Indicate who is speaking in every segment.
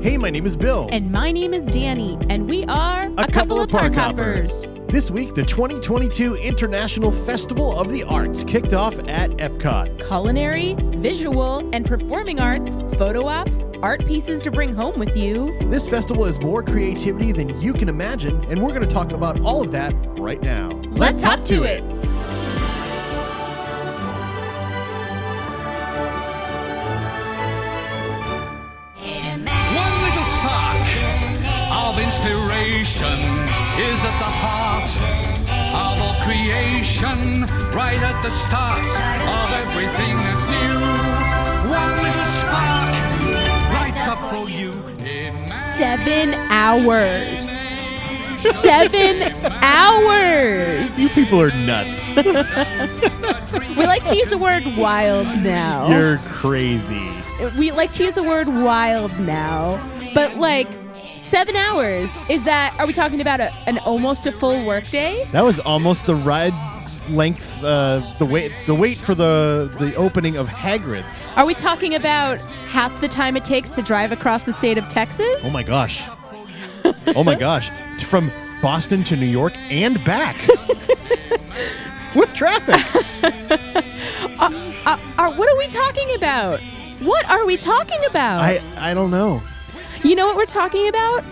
Speaker 1: Hey, my name is Bill.
Speaker 2: And my name is Danny, and we are
Speaker 1: A couple of park this week, the 2022 International Festival of the Arts kicked off at Epcot.
Speaker 2: Culinary, visual, and performing arts, photo ops, art pieces to bring home with you.
Speaker 1: This festival is more creativity than you can imagine, and we're going to talk about all of that right now.
Speaker 2: Let's hop to it.
Speaker 3: One little spark of inspiration is at the heart of all creation, right at the start of everything that's new. One little spark lights up for you.
Speaker 2: Seven hours. Seven hours.
Speaker 1: You people are nuts.
Speaker 2: We like to use the word wild now.
Speaker 1: You're crazy.
Speaker 2: we like to use the word wild now, but like seven hours is that? Are we talking about a, an almost a full workday?
Speaker 1: That was almost the ride length, uh, the wait, the wait for the the opening of Hagrid's.
Speaker 2: Are we talking about half the time it takes to drive across the state of Texas?
Speaker 1: Oh my gosh. Oh my gosh. From Boston to New York and back. With traffic.
Speaker 2: Uh, are, what are we talking about? What are we talking about?
Speaker 1: I, I don't know.
Speaker 2: you know what we're talking about?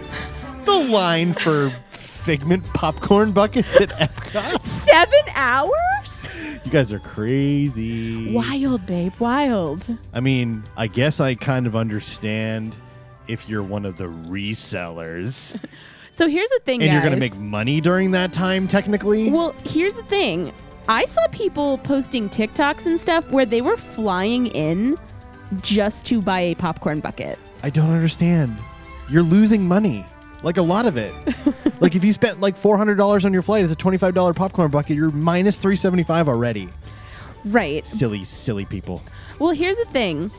Speaker 1: The line for figment popcorn buckets at Epcot.
Speaker 2: Seven hours?
Speaker 1: You guys are crazy.
Speaker 2: Wild, babe, wild.
Speaker 1: I mean, I guess I kind of understand if you're one of the resellers
Speaker 2: So here's the thing,
Speaker 1: and you're going to
Speaker 2: guys.
Speaker 1: make money during that time technically.
Speaker 2: Well, here's the thing. I saw people posting TikToks and stuff where they were flying in just to buy a popcorn bucket.
Speaker 1: I don't understand. You're losing money. Like a lot of it. like if you spent like four hundred dollars on your flight, it's a twenty five dollar popcorn bucket, you're minus three seventy five already.
Speaker 2: Right.
Speaker 1: Silly, silly people.
Speaker 2: Well, here's the thing.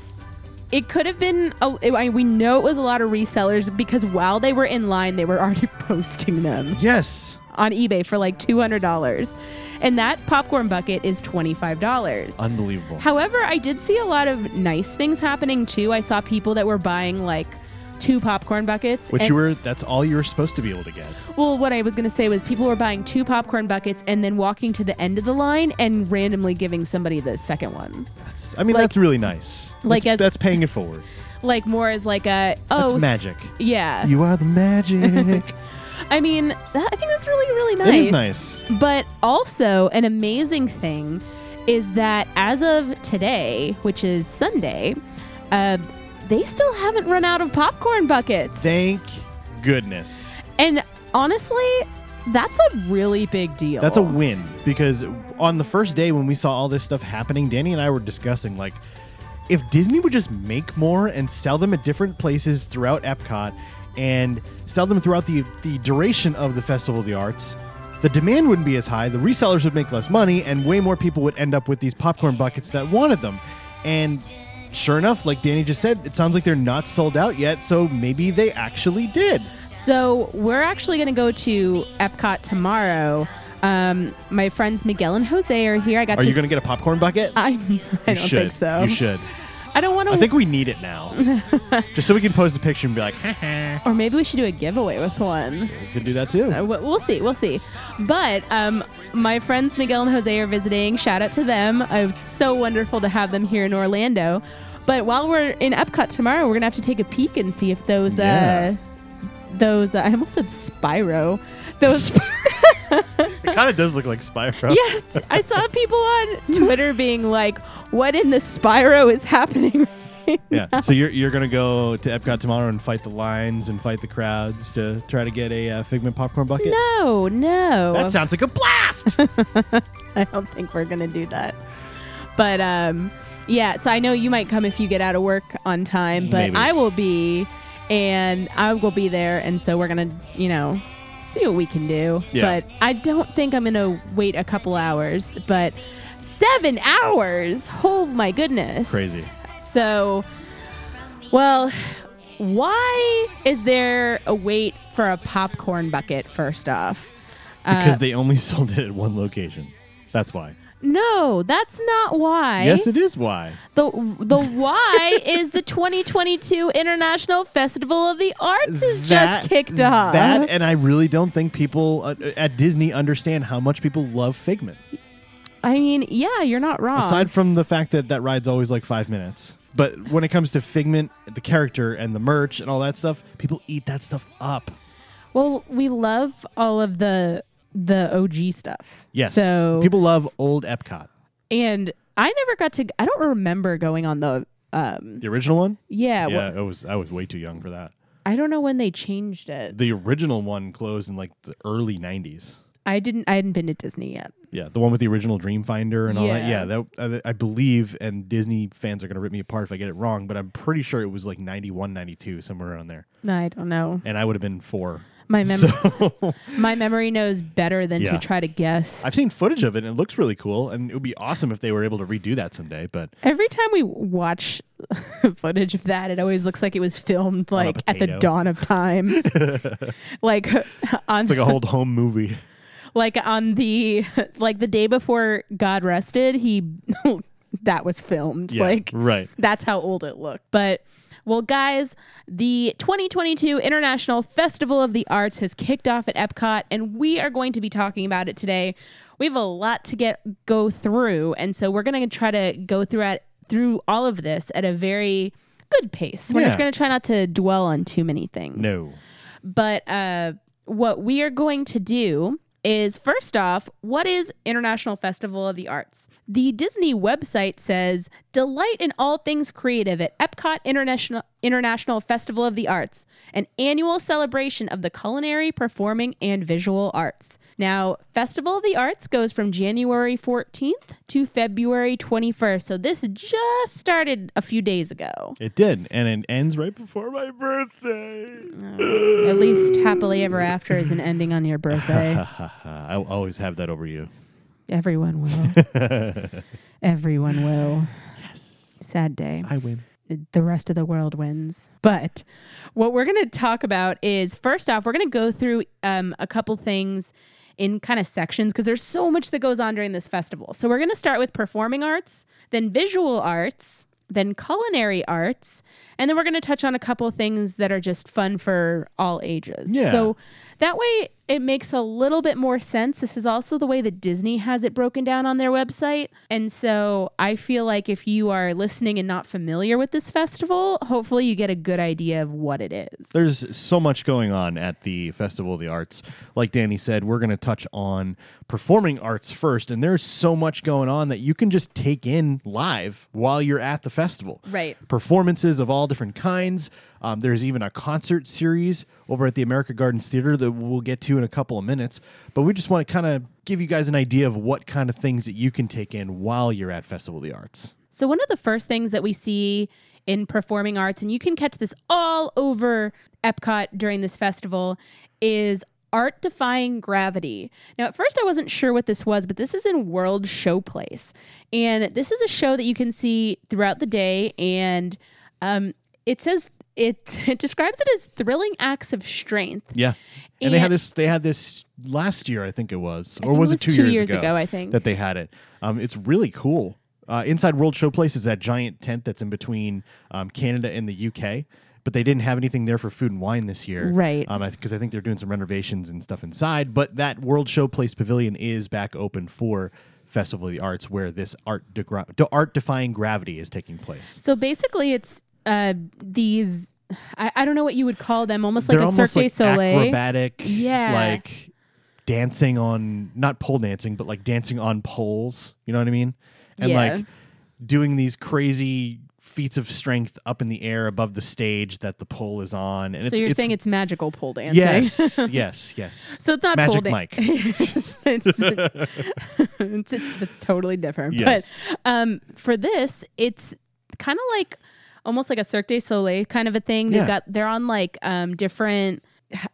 Speaker 2: It could have been, a, I mean, we know it was a lot of resellers because while they were in line, they were already posting them
Speaker 1: Yes.
Speaker 2: on eBay for like $200. And that popcorn bucket is $25.
Speaker 1: Unbelievable.
Speaker 2: However, I did see a lot of nice things happening too. I saw people that were buying like two popcorn buckets.
Speaker 1: Which
Speaker 2: and-
Speaker 1: you were that's all you were supposed to be able to get.
Speaker 2: Well, what I was going to say was people were buying two popcorn buckets and then walking to the end of the line and randomly giving somebody the second one.
Speaker 1: That's I mean
Speaker 2: Like-
Speaker 1: that's really nice.
Speaker 2: like
Speaker 1: that's,
Speaker 2: as-
Speaker 1: that's paying it forward.
Speaker 2: Like more as like a
Speaker 1: That's
Speaker 2: oh
Speaker 1: magic.
Speaker 2: yeah.
Speaker 1: You are the magic.
Speaker 2: I mean, that, I think that's really really nice.
Speaker 1: It is nice.
Speaker 2: But also an amazing thing is that as of today, which is Sunday, uh, they still haven't run out of popcorn buckets.
Speaker 1: Thank goodness.
Speaker 2: and honestly, that's a really big deal.
Speaker 1: That's a win because on the first day when we saw all this stuff happening, Danny and I were discussing like if Disney would just make more and sell them at different places throughout Epcot and sell them throughout the the duration of the Festival of the Arts, the demand wouldn't be as high, the resellers would make less money and way more people would end up with these popcorn buckets that wanted them. And sure enough, like Danny just said, it sounds like they're not sold out yet, so maybe they actually did.
Speaker 2: So we're actually going to go to Epcot tomorrow. Um, my friends Miguel and Jose are here. I got.
Speaker 1: Are
Speaker 2: to
Speaker 1: you going to get a popcorn bucket?
Speaker 2: I, I
Speaker 1: You
Speaker 2: don't
Speaker 1: should.
Speaker 2: think so.
Speaker 1: You should.
Speaker 2: I don't want
Speaker 1: I
Speaker 2: to.
Speaker 1: think we need it now. Just so we can post a picture and be like, "Ha, ha."
Speaker 2: or maybe we should do a giveaway with one.
Speaker 1: we could do that
Speaker 2: Uh,
Speaker 1: too.
Speaker 2: we- We'll see. We'll see. But um, my friends Miguel and Jose are visiting. Shout out to them. Uh, it's so wonderful to have them here in Orlando. But while we're in Epcot tomorrow, we're gonna have to take a peek and see if those
Speaker 1: Yeah.
Speaker 2: uh, those uh, I almost said Spyro. Those
Speaker 1: It kind of does look like Spyro.
Speaker 2: Yeah, t- I saw people on Twitter being like, "What in the Spyro is happening?"
Speaker 1: Yeah. So you're, you're going to go to Epcot tomorrow and fight the lines and fight the crowds to try to get a uh, Figment popcorn bucket?
Speaker 2: No, no,
Speaker 1: That sounds like a blast.
Speaker 2: I don't think we're gonna do that. But um, yeah. So I know you might come if you get out of work on time, but
Speaker 1: Maybe.
Speaker 2: I will be, and I will be there, and so we're gonna, you know, see what we can do.
Speaker 1: Yeah.
Speaker 2: But I don't think I'm gonna wait a couple hours, but. Seven hours! Oh my goodness!
Speaker 1: Crazy.
Speaker 2: So, well, why is there a wait for a popcorn bucket first off? Uh,
Speaker 1: Because they only sold it at one location. That's why.
Speaker 2: No, that's not why.
Speaker 1: Yes, it is why.
Speaker 2: the the why is the 2022 International Festival of the Arts is just kicked off.
Speaker 1: That, and I really don't think people uh, at Disney understand how much people love Figment.
Speaker 2: I mean, yeah, you're not wrong.
Speaker 1: Aside from the fact that that ride's always like five minutes. But when it comes to Figment, the character, and the merch and all that stuff, people eat that stuff up.
Speaker 2: well, we love all of the the OG stuff.
Speaker 1: Yes.
Speaker 2: So
Speaker 1: people love old Epcot.
Speaker 2: and I never got to. I don't remember going on the. Um,
Speaker 1: The original one?
Speaker 2: yeah, well,
Speaker 1: I was I was way too young for that.
Speaker 2: I don't know when they changed it.
Speaker 1: The original one closed in like the early '90s.
Speaker 2: I didn't. I hadn't been to Disney yet.
Speaker 1: Yeah, the one with the original Dreamfinder and all that.
Speaker 2: Yeah.
Speaker 1: Yeah, that I, I believe, and Disney fans are gonna rip me apart if I get it wrong, but I'm pretty sure it was like 91, 92, somewhere around there,
Speaker 2: No, I don't know.
Speaker 1: and I would have been four.
Speaker 2: My mem-
Speaker 1: So
Speaker 2: my memory knows better than to
Speaker 1: Yeah.
Speaker 2: try to guess.
Speaker 1: I've seen footage of it, and it looks really cool, and it would be awesome if they were able to redo that someday. But
Speaker 2: Every time we watch footage of that, it always looks like it was filmed
Speaker 1: a
Speaker 2: like at the
Speaker 1: potato.
Speaker 2: dawn of time, like on
Speaker 1: it's like a old home movie.
Speaker 2: like on the like the day before God rested, he that was filmed.
Speaker 1: Yeah,
Speaker 2: like
Speaker 1: right.
Speaker 2: that's how old it looked. But well, guys, the 2022 International Festival of the Arts has kicked off at Epcot, and we are going to be talking about it today. We have a lot to get go through, and so we're going to try to go through at, through all of this at a very good pace. We're just
Speaker 1: Yeah.
Speaker 2: going to try not to dwell on too many things.
Speaker 1: No,
Speaker 2: But uh, what we are going to do is first off, what is International Festival of the Arts? The Disney website says, delight in all things creative at Epcot International, International Festival of the Arts, an annual celebration of the culinary, performing, and visual arts. Now, Festival of the Arts goes from January 14th to February 21st. So this just started a few days ago.
Speaker 1: it did, and it ends right before my birthday.
Speaker 2: At least happily ever after is an ending on your birthday.
Speaker 1: Uh, I'll always have that over you.
Speaker 2: Everyone will. Everyone will. Yes. Sad day.
Speaker 1: I win.
Speaker 2: The rest of the world wins. But what we're going to talk about is first off, we're going to go through um, a couple things in kind of sections because there's so much that goes on during this festival. So we're going to start with performing arts, then visual arts, then culinary arts, and then we're going to touch on a couple things that are just fun for all ages.
Speaker 1: Yeah.
Speaker 2: So that way, it makes a little bit more sense. This is also the way that Disney has it broken down on their website. And so I feel like if you are listening and not familiar with this festival, hopefully you get a good idea of what it is.
Speaker 1: There's so much going on at the Festival of the Arts. Like Danny said, we're going to touch on performing arts first, and there's so much going on that you can just take in live while you're at the festival.
Speaker 2: Right.
Speaker 1: Performances of all different kinds. Um, there's even a concert series over at the America Gardens Theater that we'll get to in a couple of minutes. But we just want to kind of give you guys an idea of what kind of things that you can take in while you're at Festival of the Arts.
Speaker 2: So, one of the first things that we see in performing arts, and you can catch this all over Epcot during this festival, is art defying gravity. Now, at first, I wasn't sure what this was, but this is in World Showplace. And this is a show that you can see throughout the day. And um, it says, it, it describes it as thrilling acts of strength.
Speaker 1: Yeah. And, they had
Speaker 2: And-
Speaker 1: this they had this last year, I think it was. or
Speaker 2: think
Speaker 1: was
Speaker 2: it
Speaker 1: it,
Speaker 2: was
Speaker 1: two, years, ago?
Speaker 2: I think.
Speaker 1: That they had it. Um, it's really cool. Uh, Inside World Showplace is that giant tent that's in between um, Canada and the UK. But they didn't have anything there for food and wine this year.
Speaker 2: Right.
Speaker 1: Um, because I think they're doing some renovations and stuff inside. But that World Showplace Pavilion is back open for Festival of the Arts, where this art degra- art defying gravity is taking place.
Speaker 2: So basically, it's uh, these. I, I don't know what you would call them. Almost like
Speaker 1: they're
Speaker 2: a
Speaker 1: almost
Speaker 2: Cirque
Speaker 1: like
Speaker 2: du Soleil.
Speaker 1: acrobatic,
Speaker 2: Yeah.
Speaker 1: like dancing on not pole dancing, but like dancing on poles. You know what I mean? And
Speaker 2: Yeah.
Speaker 1: like doing these crazy feats of strength up in the air above the stage that the pole is on. And
Speaker 2: so
Speaker 1: it's,
Speaker 2: you're
Speaker 1: it's,
Speaker 2: saying it's magical pole dancing?
Speaker 1: yes, yes, yes.
Speaker 2: so it's not pole
Speaker 1: Magic
Speaker 2: dan-
Speaker 1: Mike.
Speaker 2: it's, it's, it's- it's totally different.
Speaker 1: Yes.
Speaker 2: But um, for this, it's kind of like almost like a Cirque du Soleil kind of a thing. They've
Speaker 1: Yeah.
Speaker 2: got they're on like um, different.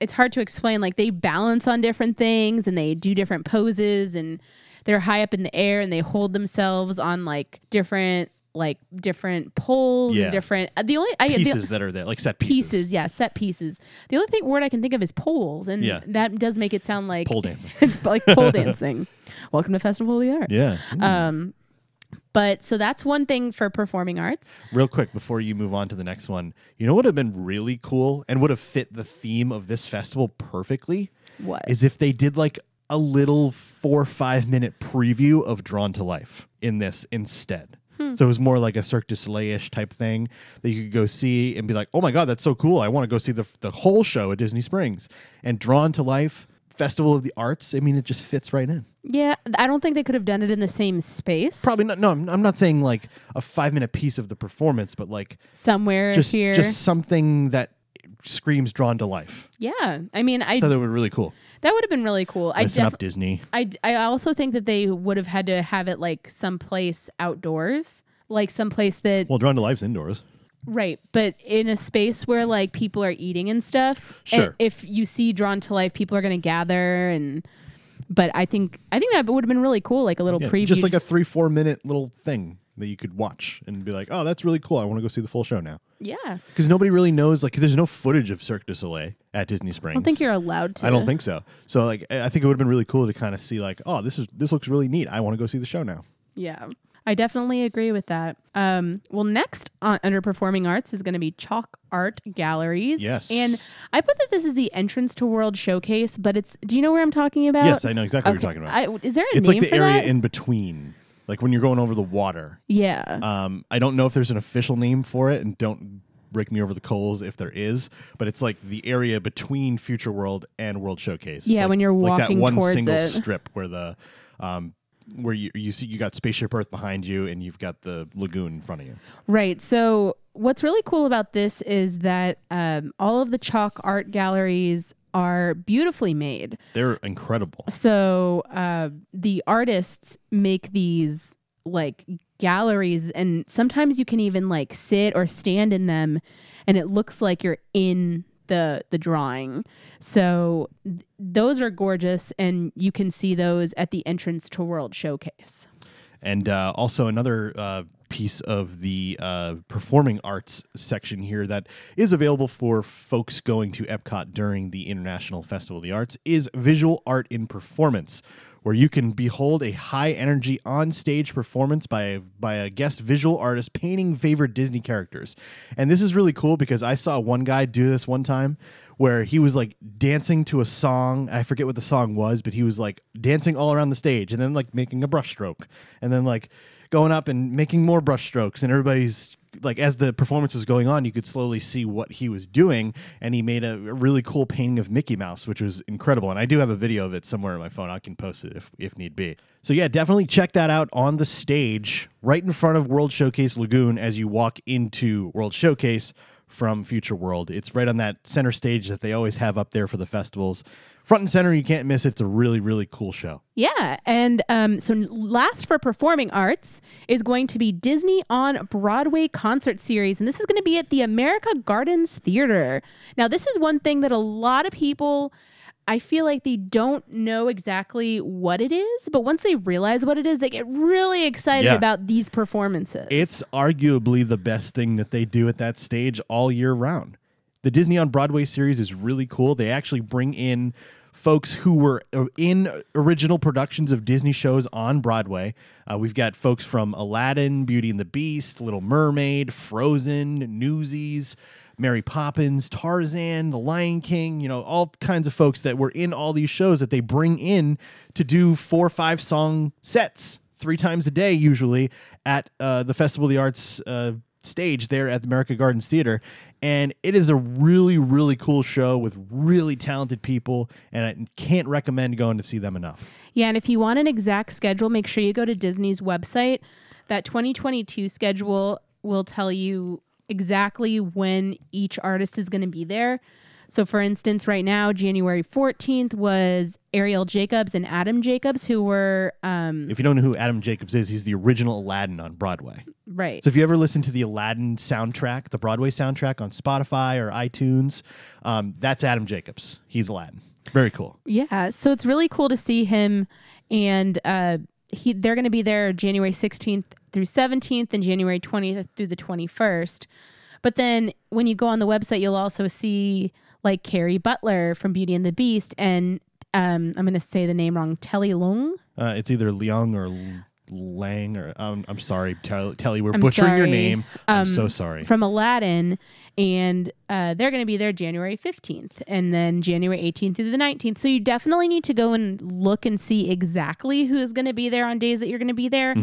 Speaker 2: It's hard to explain. Like they balance on different things and they do different poses and they're high up in the air and they hold themselves on like different like different polls
Speaker 1: Yeah.
Speaker 2: and different uh, the only I, the,
Speaker 1: Pieces that are there, like set pieces.
Speaker 2: pieces. yeah, set pieces. The only thing word I can think of is polls, and
Speaker 1: Yeah.
Speaker 2: that does make it sound like
Speaker 1: Pole dancing.
Speaker 2: it's like pole dancing. Welcome to Festival of the Arts.
Speaker 1: Yeah.
Speaker 2: Um, but so that's one thing for performing arts.
Speaker 1: Real quick before you move on to the next one, you know what would have been really cool and would have fit the theme of this festival perfectly?
Speaker 2: What?
Speaker 1: Is if they did like a little four or five minute preview of Drawn to Life in this instead. So it was more like a Cirque du Soleil ish type thing that you could go see and be like, oh my God, that's so cool. I want to go see the, the whole show at Disney Springs. And Drawn to Life, Festival of the Arts, I mean, it just fits right in.
Speaker 2: Yeah, I don't think they could have done it in the same space.
Speaker 1: Probably not. No, I'm, I'm not saying like a five minute piece of the performance, but like
Speaker 2: somewhere
Speaker 1: just
Speaker 2: here.
Speaker 1: just something that screams drawn to life.
Speaker 2: yeah, I mean, I
Speaker 1: I thought that would be really cool.
Speaker 2: that would have been really cool. I
Speaker 1: Listen
Speaker 2: def-
Speaker 1: up, Disney.
Speaker 2: I, d- I also think that they would have had to have it like someplace outdoors, like someplace that
Speaker 1: Well, drawn to life's indoors.
Speaker 2: right, but in a space where like people are eating and stuff. And
Speaker 1: Sure.
Speaker 2: if you see drawn to life, people are going to gather and. But I think I think that would have been really cool, like a little preview,
Speaker 1: just like a three four minute little thing that you could watch and be like, oh, that's really cool. I want to go see the full show now
Speaker 2: yeah. I
Speaker 1: because nobody really knows. Like, 'cause there's no footage of Cirque du Soleil at Disney Springs. I
Speaker 2: don't think you're allowed to.
Speaker 1: I don't think so. So like, I I think it would have been really cool to kind of see like, oh, this is this looks really neat. I want to go see the show now.
Speaker 2: Yeah. I definitely agree with that. Um, well, next on under performing arts is going to be chalk art galleries.
Speaker 1: Yes.
Speaker 2: And I put that this is the entrance to World Showcase, but it's. Do you know where I'm talking about?
Speaker 1: yes, I know exactly
Speaker 2: Uh, Okay.
Speaker 1: what you're talking about.
Speaker 2: I- is there a
Speaker 1: it's
Speaker 2: name
Speaker 1: like the
Speaker 2: for
Speaker 1: area
Speaker 2: that?
Speaker 1: in between, like when you're going over the water.
Speaker 2: yeah.
Speaker 1: Um, I don't know if there's an official name for it, and don't break me over the coals if there is. But it's like the area between Future World and World Showcase.
Speaker 2: Yeah,
Speaker 1: Like-
Speaker 2: when you're
Speaker 1: like
Speaker 2: walking
Speaker 1: that one
Speaker 2: towards
Speaker 1: single
Speaker 2: it.
Speaker 1: strip where the, um, where you you see you got Spaceship Earth behind you, and you've got the lagoon in front of you.
Speaker 2: Right. So, what's really cool about this is that um, all of the chalk art galleries are beautifully made.
Speaker 1: They're incredible.
Speaker 2: So uh, the artists make these like galleries, and sometimes you can even like sit or stand in them, and it looks like you're in the the drawing. So th- those are gorgeous, and you can see those at the entrance to World Showcase.
Speaker 1: And uh, also another uh, piece of the uh, performing arts section here that is available for folks going to Epcot during the International Festival of the Arts is visual art in performance. Where you can behold a high energy on stage performance by a, by a guest visual artist painting favorite Disney characters. And this is really cool because I saw one guy do this one time where he was like dancing to a song. I forget what the song was, but he was like dancing all around the stage and then like making a brush stroke and then like going up and making more brush strokes. And everybody's like, as the performance was going on, you could slowly see what he was doing. And he made a really cool painting of Mickey Mouse, which was incredible. And I do have a video of it somewhere on my phone. I can post it if, if need be. So yeah, definitely check that out on the stage right in front of World Showcase Lagoon as you walk into World Showcase from Future World. It's right on that center stage that they always have up there for the festivals. Front and center, you can't miss it. It's a really, really cool show.
Speaker 2: Yeah, and um, so last for performing arts is going to be Disney on Broadway concert series, and this is going to be at the America Gardens Theater. Now, this is one thing that a lot of people, I feel like they don't know exactly what it is, but once they realize what it is, they get really excited
Speaker 1: Yeah.
Speaker 2: about these performances.
Speaker 1: It's arguably the best thing that they do at that stage all year round. The Disney on Broadway series is really cool. They actually bring in folks who were uh, in original productions of Disney shows on Broadway. Uh, we've got folks from Aladdin, Beauty and the Beast, Little Mermaid, Frozen, Newsies. Mary Poppins, Tarzan, The Lion King, you know, all kinds of folks that were in all these shows that they bring in to do four or five song sets three times a day, usually at uh, the Festival of the Arts uh, stage there at the America Gardens Theater. And it is a really, really cool show with really talented people. And I can't recommend going to see them enough.
Speaker 2: Yeah, and if you want an exact schedule, make sure you go to Disney's website. That 2022 schedule will tell you exactly when each artist is going to be there. So, for instance, right now, January 14th was Ariel Jacobs and Adam Jacobs, who were, um,
Speaker 1: If you don't know who Adam Jacobs is, he's the original Aladdin on Broadway.
Speaker 2: right.
Speaker 1: So if you ever listen to the Aladdin soundtrack, the Broadway soundtrack on Spotify or iTunes, um, that's Adam Jacobs. He's Aladdin. Very cool.
Speaker 2: Yeah, so it's really cool to see him, and uh, he they're going to be there January 16th through 17th and January 20th through the 21st. But then when you go on the website, you'll also see like Carrie Butler from Beauty and the Beast and um, I'm going to say the name wrong, Telly Lung.
Speaker 1: Uh, it's either Liang or L- Lang or um, I'm sorry, Tel- Telly. We're
Speaker 2: I'm
Speaker 1: butchering your
Speaker 2: sorry.
Speaker 1: name. I'm
Speaker 2: Um,
Speaker 1: so sorry.
Speaker 2: From Aladdin, and uh, they're going to be there January 15th and then January 18th through the 19th. So you definitely need to go and look and see exactly who's going to be there on days that you're going to be there.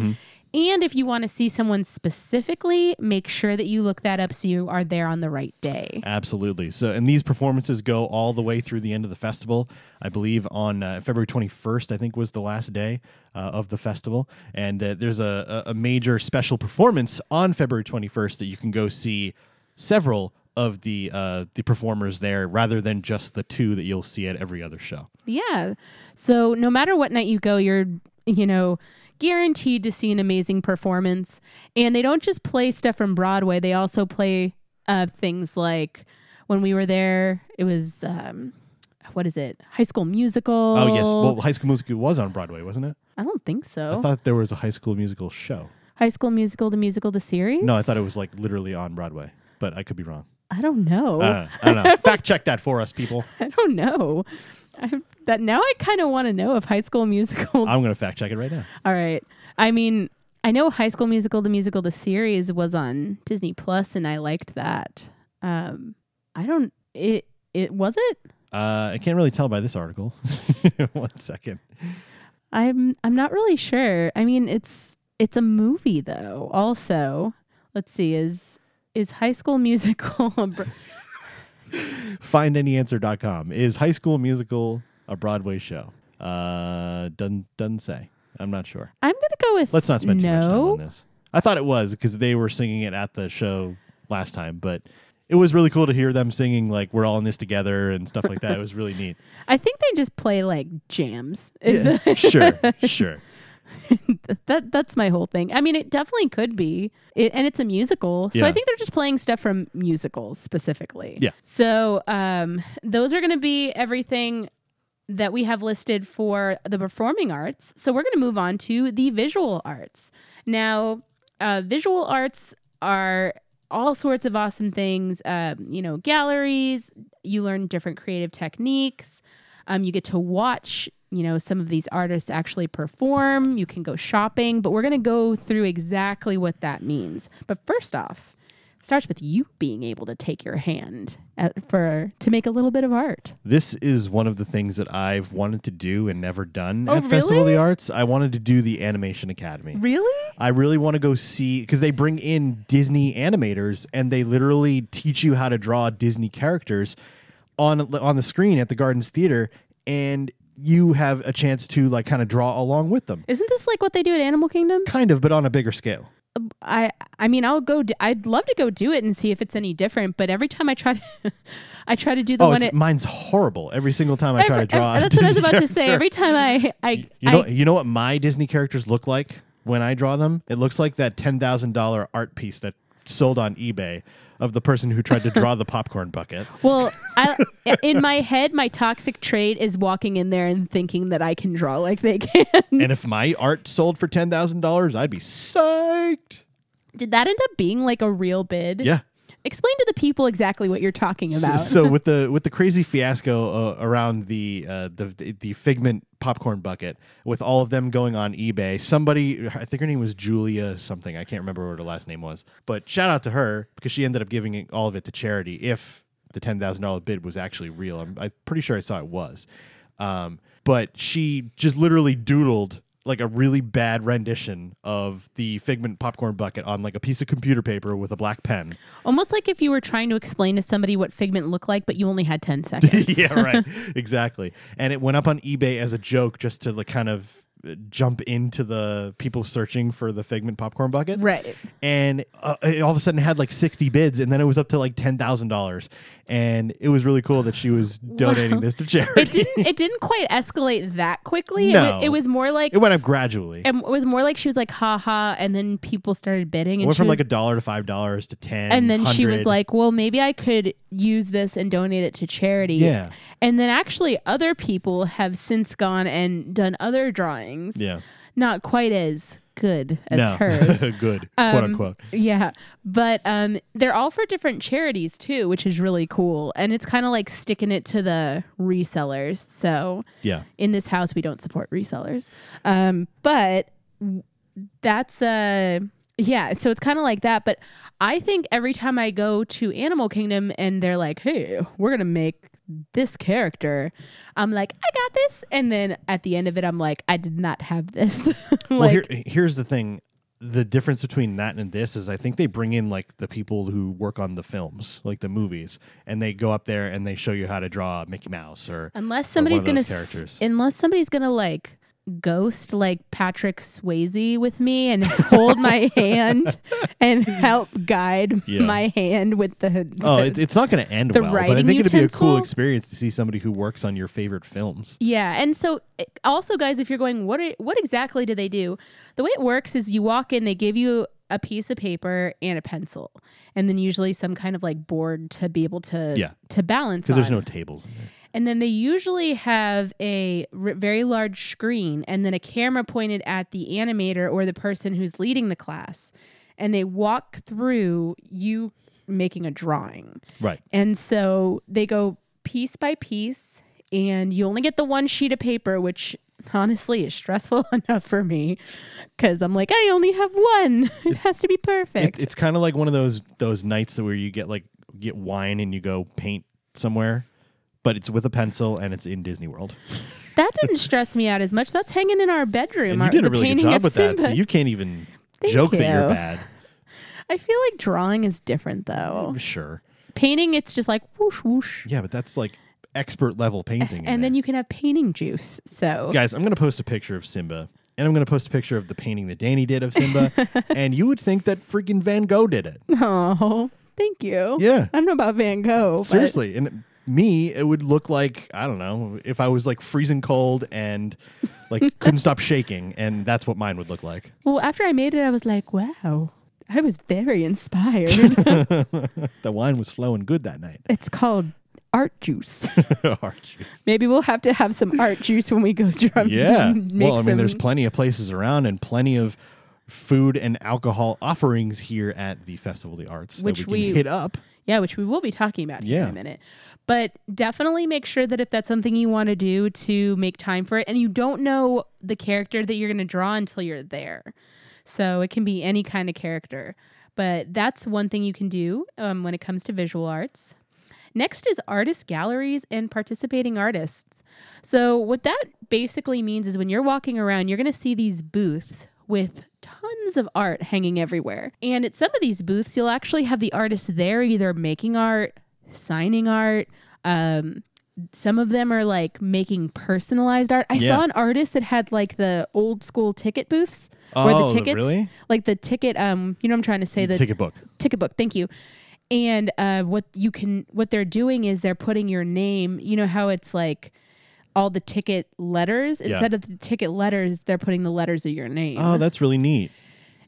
Speaker 2: And if you want to see someone specifically, make sure that you look that up so you are there on the right day.
Speaker 1: Absolutely. So, and these performances go all the way through the end of the festival. I believe on uh, February 21st, I think was the last day uh, of the festival. And uh, there's a, a a major special performance on February 21st that you can go see several of the uh, the performers there, rather than just the two that you'll see at every other show.
Speaker 2: Yeah. So no matter what night you go, you're, you know, guaranteed to see an amazing performance. And they don't just play stuff from Broadway, they also play uh, things like when we were there, it was, um, what is it? High School Musical.
Speaker 1: Oh yes, well, High School Musical was on Broadway, wasn't it?
Speaker 2: I don't think so.
Speaker 1: I thought there was a High School Musical show.
Speaker 2: High School Musical, the musical, the series.
Speaker 1: No, I thought it was like literally on Broadway, but I could be wrong.
Speaker 2: I don't know.
Speaker 1: Uh, I don't know. Fact check that for us, people.
Speaker 2: I don't know. I, that now I kind of want to know if High School Musical
Speaker 1: I'm gonna fact check it right now.
Speaker 2: All right. I mean, I know High School Musical, the musical, the series was on Disney Plus, and I liked that. Um, I don't. It it was it.
Speaker 1: Uh, I can't really tell by this article. One second.
Speaker 2: I'm I'm not really sure. I mean, it's it's a movie though. Also, let's see. Is is High School Musical? a br-
Speaker 1: FindAnyAnswer.com is High School Musical a Broadway show? Uh, doesn't doesn't say. I'm not sure.
Speaker 2: I'm gonna go with.
Speaker 1: Let's not spend too much time
Speaker 2: no.
Speaker 1: on this. I thought it was because they were singing it at the show last time, but it was really cool to hear them singing like "We're all in this together" and stuff like that. It was really neat.
Speaker 2: I think they just play like jams. Is the-
Speaker 1: sure, sure.
Speaker 2: that that's my whole thing. I mean, it definitely could be, it, and it's a musical, so
Speaker 1: Yeah.
Speaker 2: I think they're just playing stuff from musicals specifically.
Speaker 1: Yeah.
Speaker 2: So, um, those are going to be everything that we have listed for the performing arts. So we're going to move on to the visual arts. Now, uh, visual arts are all sorts of awesome things. Um, you know, galleries. You learn different creative techniques. Um, you get to watch. You know, some of these artists actually perform. You can go shopping, but we're going to go through exactly what that means. But first off, it starts with you being able to take your hand at, for to make a little bit of art.
Speaker 1: This is one of the things that I've wanted to do and never done
Speaker 2: Oh,
Speaker 1: at Festival of the
Speaker 2: really?
Speaker 1: Arts. I wanted to do the Animation Academy.
Speaker 2: Really?
Speaker 1: I really want to go see because they bring in Disney animators and they literally teach you how to draw Disney characters on on the screen at the Gardens Theater, and you have a chance to like kind of draw along with them,
Speaker 2: Isn't this like what they do at Animal Kingdom?
Speaker 1: kind of, but on a bigger scale.
Speaker 2: I I mean, I'll go. d I'd love to go do it and see if it's any different. But every time I try to, I try to do the
Speaker 1: Oh,
Speaker 2: one.
Speaker 1: it's,
Speaker 2: at-
Speaker 1: mine's horrible. Every single time I try to
Speaker 2: every-
Speaker 1: draw. a
Speaker 2: every- that's what I was
Speaker 1: Disney
Speaker 2: about to say.
Speaker 1: character.
Speaker 2: Every time I I,
Speaker 1: you know,
Speaker 2: I
Speaker 1: you know what my Disney characters look like when I draw them? It looks like that ten thousand dollar art piece that sold on eBay of the person who tried to draw the popcorn bucket.
Speaker 2: well, I, in my head, my toxic trait is walking in there and thinking that I can draw like they can.
Speaker 1: And if my art sold for ten thousand dollars, I'd be psyched.
Speaker 2: Did that end up being like a real bid?
Speaker 1: Yeah.
Speaker 2: Explain to the people exactly what you're talking
Speaker 1: So,
Speaker 2: about.
Speaker 1: so with the with the crazy fiasco uh, around the, uh, the the Figment popcorn bucket, with all of them going on eBay, somebody I think her name was Julia something I can't remember what her last name was, but shout out to her because she ended up giving it- all of it to charity. If the ten thousand dollar bid was actually real, I'm, I'm pretty sure I saw it was, um, but she just literally doodled like a really bad rendition of the Figment popcorn bucket on like a piece of computer paper with a black pen.
Speaker 2: Almost like if you were trying to explain to somebody what Figment looked like, but you only had ten seconds.
Speaker 1: yeah, right. Exactly. And it went up on eBay as a joke just to like kind of uh, jump into the people searching for the Figment popcorn bucket.
Speaker 2: Right.
Speaker 1: And uh, it all of a sudden had like 60 bids and then it was up to like $10,000. And it was really cool that she was donating this to charity.
Speaker 2: it didn't it didn't quite escalate that quickly. It,
Speaker 1: No.
Speaker 2: wa- it was more like
Speaker 1: It went up gradually. It
Speaker 2: and it was more like she was like ha ha and then people started bidding and
Speaker 1: went
Speaker 2: she
Speaker 1: from
Speaker 2: was,
Speaker 1: like a dollar to five dollars to ten.
Speaker 2: and then she was
Speaker 1: 100.
Speaker 2: like well maybe i could use this and donate it to charity
Speaker 1: Yeah.
Speaker 2: and then actually other people have since gone and done other drawings
Speaker 1: Yeah.
Speaker 2: not quite as good as
Speaker 1: no.
Speaker 2: hers.
Speaker 1: Good. quote
Speaker 2: Um,
Speaker 1: unquote.
Speaker 2: Yeah, but um, they're all for different charities too, which is really cool. And it's kind of like sticking it to the resellers. So
Speaker 1: Yeah.
Speaker 2: in this house, we don't support resellers. Um, but that's uh yeah so it's kind of like that but i think every time i go to animal kingdom and they're like hey we're gonna make this character i'm like i got this and then at the end of it i'm like i did not have this like
Speaker 1: Well, here, here's the thing. The difference between that and this is I think they bring in like the people who work on the films, like the movies, and they go up there and they show you how to draw Mickey Mouse or
Speaker 2: unless
Speaker 1: or one
Speaker 2: somebody's
Speaker 1: of
Speaker 2: gonna
Speaker 1: those
Speaker 2: s-
Speaker 1: characters.
Speaker 2: unless somebody's gonna like ghost like patrick swayze with me and hold my hand and help guide
Speaker 1: Yeah.
Speaker 2: my hand with the,
Speaker 1: Oh,
Speaker 2: the-
Speaker 1: it, it's not going to end
Speaker 2: the
Speaker 1: well, but I
Speaker 2: writing
Speaker 1: think it'd be a cool
Speaker 2: utensil?
Speaker 1: experience to see somebody who works on your favorite films.
Speaker 2: Yeah, and so eh, also, guys, if you're going, what are, what exactly do they do? The way it works is you walk in, they give you a piece of paper and a pencil, and then usually some kind of like board to be able to
Speaker 1: Yeah.
Speaker 2: to balance.
Speaker 1: Because there's
Speaker 2: on.
Speaker 1: no tables in there.
Speaker 2: and then they usually have a r- very large screen and then a camera pointed at the animator or the person who's leading the class, and they walk through you making a drawing.
Speaker 1: Right.
Speaker 2: And so they go piece by piece, and you only get the one sheet of paper, which honestly is stressful enough for me because I'm like, I only have one. It has to be perfect.
Speaker 1: It, it's kind of like one of those those nights where you get like get wine and you go paint somewhere, but it's with a pencil and it's in Disney World.
Speaker 2: that didn't stress me out as much. That's hanging in our bedroom.
Speaker 1: And
Speaker 2: our-
Speaker 1: you did a
Speaker 2: the
Speaker 1: really good
Speaker 2: painting
Speaker 1: job
Speaker 2: of
Speaker 1: with that, so
Speaker 2: Simba.
Speaker 1: you can't even
Speaker 2: Thank
Speaker 1: joke that you're
Speaker 2: you.
Speaker 1: bad.
Speaker 2: I feel like drawing is different though.
Speaker 1: Sure.
Speaker 2: Painting, it's just like whoosh, whoosh.
Speaker 1: Yeah, but that's like expert level painting. in
Speaker 2: And then
Speaker 1: there.
Speaker 2: you can have painting juice. So
Speaker 1: guys, I'm gonna post a picture of Simba. And I'm gonna post a picture of the painting that Danny did of Simba, and you would think that freaking Van Gogh did it.
Speaker 2: oh, thank you.
Speaker 1: Yeah.
Speaker 2: I don't know about Van Gogh. but-
Speaker 1: Seriously, and me, it would look like I don't know if I was like freezing cold and like couldn't stop shaking, and that's what mine would look like.
Speaker 2: Well, after I made it, I was like, wow, I was very inspired.
Speaker 1: The wine was flowing good that night.
Speaker 2: it's called art juice.
Speaker 1: Orange juice.
Speaker 2: Maybe we'll have to have some art juice when we go drum.
Speaker 1: Yeah.
Speaker 2: make
Speaker 1: well, I mean,
Speaker 2: some-
Speaker 1: there's plenty of places around and plenty of food and alcohol offerings here at the Festival of the Arts
Speaker 2: Which
Speaker 1: that we,
Speaker 2: we-
Speaker 1: can hit up.
Speaker 2: yeah, which we will be talking about here in
Speaker 1: Yeah.
Speaker 2: a minute. But definitely make sure that if that's something you want to do, to make time for it, and you don't know the character that you're going to draw until you're there, so it can be any kind of character. But that's one thing you can do um, when it comes to visual arts. Next is artist galleries and participating artists. So, what that basically means is when you're walking around, you're going to see these booths with tons of art hanging everywhere. And at some of these booths, you'll actually have the artists there either making art, signing art. Um, some of them are like making personalized art. I
Speaker 1: Yeah.
Speaker 2: saw an artist that had like the old school ticket booths
Speaker 1: Oh,
Speaker 2: the tickets,
Speaker 1: really?
Speaker 2: like the ticket. Um, you know what I'm trying to say? The
Speaker 1: Ticket book.
Speaker 2: ticket book. Thank you. And uh, what you can, what they're doing is they're putting your name. You know how it's like all the ticket letters instead of the ticket letters, they're putting the letters of your name.
Speaker 1: Oh, that's really neat.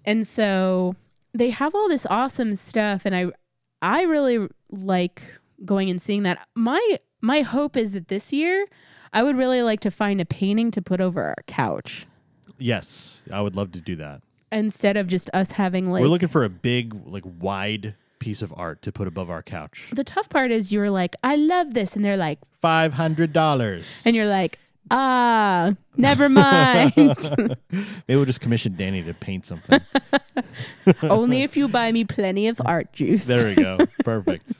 Speaker 2: And so they have all this awesome stuff and I I really like going and seeing that. My my hope is that this year I would really like to find a painting to put over our couch
Speaker 1: Yes, I would love to do that.
Speaker 2: instead of just us having like
Speaker 1: We're looking for a big, like, wide piece of art to put above our couch.
Speaker 2: the tough part is you're like, I love this and they're like
Speaker 1: Five hundred dollars.
Speaker 2: and you're like, ah, never mind.
Speaker 1: Maybe we'll just commission Danny to paint something.
Speaker 2: Only if you buy me plenty of art juice.
Speaker 1: there we go. Perfect.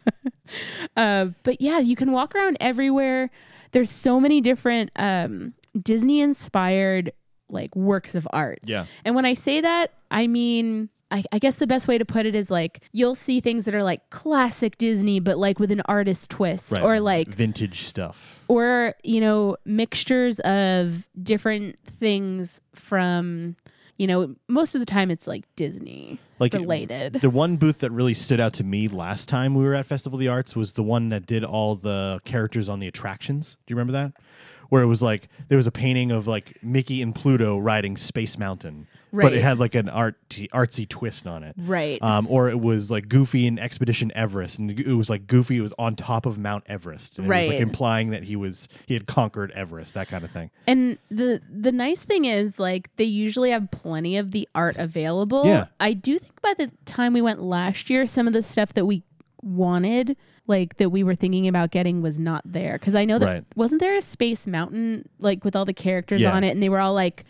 Speaker 2: Uh, but yeah, you can walk around everywhere. There's so many different um, Disney inspired like works of art.
Speaker 1: Yeah.
Speaker 2: And when I say that, I mean, I, I guess the best way to put it is like you'll see things that are like classic Disney, but like with an artist twist
Speaker 1: Right.
Speaker 2: or like
Speaker 1: vintage stuff.
Speaker 2: or you know mixtures of different things from you know most of the time it's like disney
Speaker 1: like it-
Speaker 2: related
Speaker 1: The one booth that really stood out to me last time we were at Festival of the Arts was the one that did all the characters on the attractions. Do you remember that? where it was like there was a painting of like Mickey and Pluto riding Space Mountain, but
Speaker 2: Right.
Speaker 1: it had like an art artsy twist on it,
Speaker 2: Right.
Speaker 1: Um, or it was like Goofy and Expedition Everest, and it was like Goofy was on top of Mount Everest, and it was
Speaker 2: Right.
Speaker 1: like implying that he was he had conquered Everest, that kind of thing.
Speaker 2: And the the nice thing is like they usually have plenty of the art available.
Speaker 1: Yeah.
Speaker 2: I do think by the time we went last year, some of the stuff that we wanted, like that we were thinking about getting was not there. Cause I know that
Speaker 1: Right.
Speaker 2: wasn't there a space mountain like with all the characters
Speaker 1: Yeah.
Speaker 2: on it and they were all like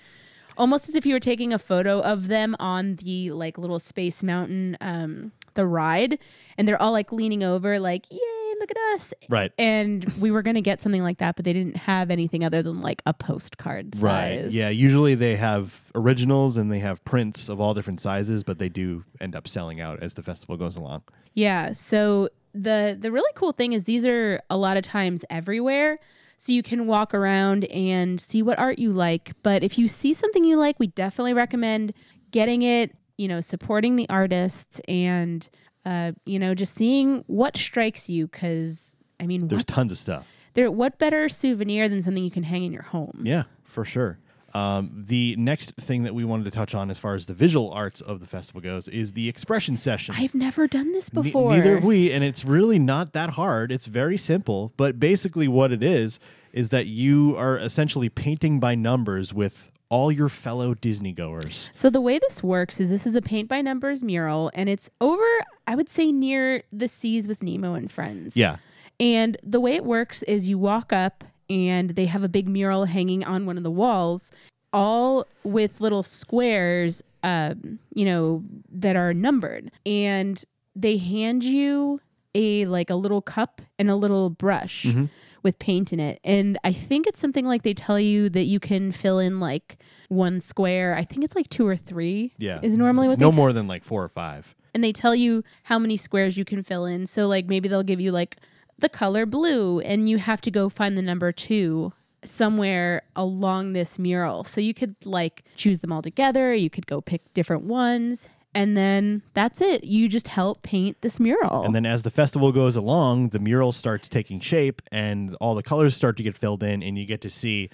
Speaker 2: almost as if you were taking a photo of them on the like little space mountain um the ride and they're all like leaning over like yay look at us
Speaker 1: Right.
Speaker 2: and we were going to get something like that but they didn't have anything other than like a postcard
Speaker 1: Right.
Speaker 2: size
Speaker 1: Yeah. Usually they have originals and they have prints of all different sizes, but they do end up selling out as the festival goes along.
Speaker 2: yeah so the the really cool thing is these are a lot of times everywhere so you can walk around and see what art you like but if you see something you like we definitely recommend getting it you know supporting the artists and uh, you know just seeing what strikes you because i mean
Speaker 1: There's
Speaker 2: what,
Speaker 1: tons of stuff.
Speaker 2: there, what better souvenir than something you can hang in your home
Speaker 1: Yeah, for sure. Um, the next thing that we wanted to touch on as far as the visual arts of the festival goes is the expression session.
Speaker 2: I've never done this
Speaker 1: Ne-
Speaker 2: before.
Speaker 1: neither have we, and it's really not that hard. It's very simple, but basically, what it is is that you are essentially painting by numbers with all your fellow Disney goers.
Speaker 2: So the way this works is this is a paint by numbers mural and it's over I would say near the seas with Nemo and friends.
Speaker 1: Yeah,
Speaker 2: And the way it works is you walk up and they have a big mural hanging on one of the walls, all with little squares, um, you know, that are numbered. And they hand you a like a little cup and a little brush
Speaker 1: Mm-hmm.
Speaker 2: with paint in it. And I think it's something like they tell you that you can fill in like one square. I think it's like two or three.
Speaker 1: yeah.
Speaker 2: Is normally
Speaker 1: it's
Speaker 2: what
Speaker 1: no
Speaker 2: they
Speaker 1: more than like four or five.
Speaker 2: and they tell you how many squares you can fill in. So like maybe they'll give you like the color blue and you have to go find the number 2 somewhere along this mural. So you could like choose them all together, you could go pick different ones and then that's it. You just help paint this mural.
Speaker 1: And then as the festival goes along, the mural starts taking shape and all the colors start to get filled in and you get to see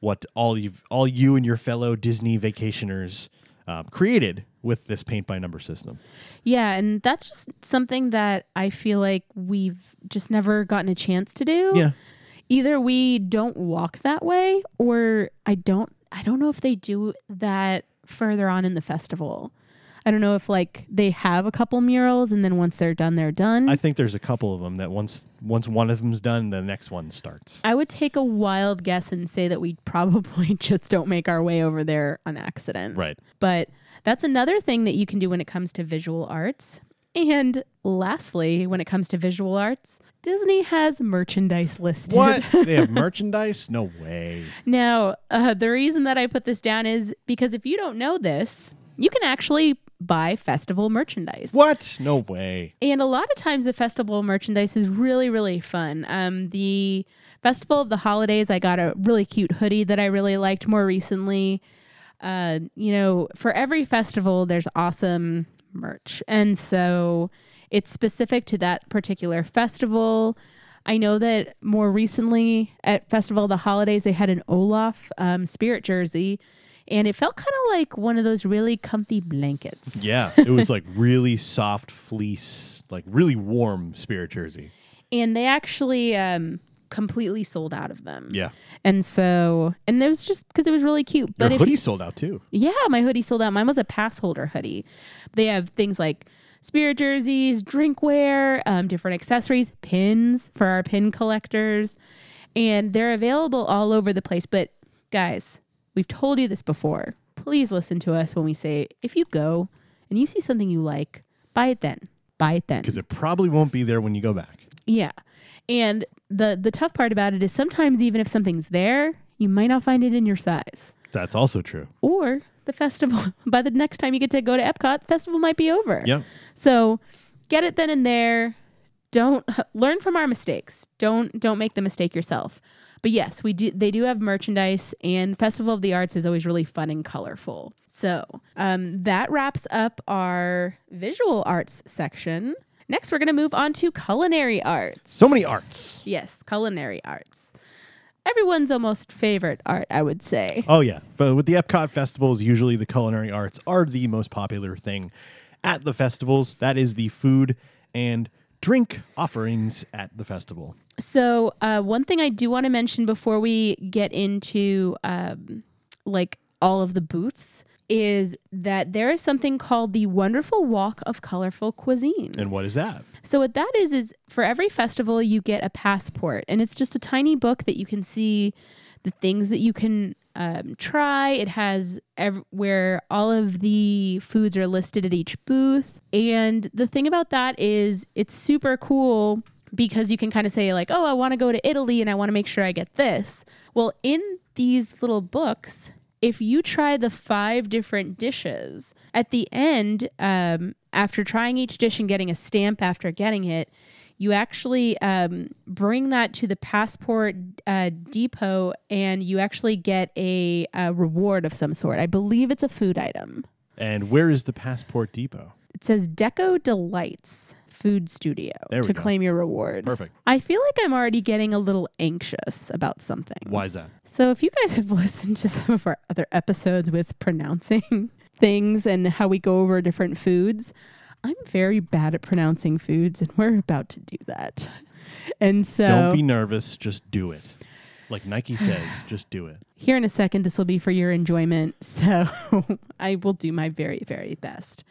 Speaker 1: what all you all you and your fellow Disney vacationers um, created with this paint by number system.
Speaker 2: yeah, and that's just something that I feel like we've just never gotten a chance to do.
Speaker 1: Yeah.
Speaker 2: either we don't walk that way or I don't I don't know if they do that further on in the festival. I don't know if like they have a couple murals and then once they're done they're done.
Speaker 1: I
Speaker 2: I,
Speaker 1: think there's a couple of them that once once one of them's done, the next one starts.
Speaker 2: would take a wild guess and say that we probably just don't make our way over there on accident.
Speaker 1: Right.
Speaker 2: But that's another thing that you can do when it comes to visual arts. And lastly, when it comes to visual arts, Disney has merchandise listed.
Speaker 1: What? they have merchandise? No way.
Speaker 2: Now, uh, the reason that I put this down is because if you don't know this, you can actually buy festival merchandise.
Speaker 1: What? No way.
Speaker 2: And a lot of times, the festival merchandise is really, really fun. Um, the festival of the holidays, I got a really cute hoodie that I really liked more recently. Uh, you know, for every festival, there's awesome merch. And so it's specific to that particular festival. I know that more recently at Festival of the Holidays, they had an Olaf um, spirit jersey, and it felt kind of like one of those really comfy blankets.
Speaker 1: Yeah, it was like really soft fleece, like really warm spirit jersey.
Speaker 2: and they actually um completely sold out of them
Speaker 1: Yeah.
Speaker 2: and so and it was just because it was really cute
Speaker 1: Your
Speaker 2: but if
Speaker 1: hoodie
Speaker 2: you,
Speaker 1: sold out too.
Speaker 2: yeah my hoodie sold out mine was a pass holder hoodie they have things like spirit jerseys drinkware um, different accessories pins for our pin collectors and they're available all over the place but guys we've told you this before please listen to us when we say if you go and you see something you like buy it then buy it then
Speaker 1: Because it probably won't be there when you go back.
Speaker 2: Yeah. And the the tough part about it is sometimes even if something's there, you might not find it in your size.
Speaker 1: That's also true.
Speaker 2: Or the festival by the next time you get to go to Epcot, the festival might be over.
Speaker 1: Yeah.
Speaker 2: So get it then and there. Don't learn from our mistakes. Don't don't make the mistake yourself. But yes, we do. They do have merchandise, and Festival of the Arts is always really fun and colorful. So um, that wraps up our visual arts section. Next, we're going to move on to culinary arts.
Speaker 1: So many arts.
Speaker 2: Yes, culinary arts. everyone's almost favorite art, I would say.
Speaker 1: Oh yeah, F- with the Epcot festivals, usually the culinary arts are the most popular thing at the festivals. That is the food and drink offerings at the festival.
Speaker 2: So, uh, one thing I do want to mention before we get into um, like all of the booths is that there is something called the Wonderful Walk of Colorful Cuisine.
Speaker 1: And what is that?
Speaker 2: So what that is is for every festival you get a passport, and it's just a tiny book that you can see the things that you can um, try. It has ev- where all of the foods are listed at each booth, and the thing about that is it's super cool because you can kind of say like, oh, I want to go to Italy and I want to make sure I get this. Well, in these little books, if you try the five different dishes at the end um, after trying each dish and getting a stamp after getting it you actually um, bring that to the passport uh, depot and you actually get a, a reward of some sort i believe it's a food item
Speaker 1: And where is the passport depot?
Speaker 2: it says deco delights food studio
Speaker 1: There we
Speaker 2: to
Speaker 1: go.
Speaker 2: claim your reward
Speaker 1: Perfect.
Speaker 2: i feel like i'm already getting a little anxious about something
Speaker 1: Why is that?
Speaker 2: so, if you guys have listened to some of our other episodes with pronouncing things and how we go over different foods, I'm very bad at pronouncing foods, and we're about to do that. And so,
Speaker 1: Don't be nervous. Just do it. Like Nike says, just do it.
Speaker 2: here in a second, this will be for your enjoyment. So, I will do my very, very best.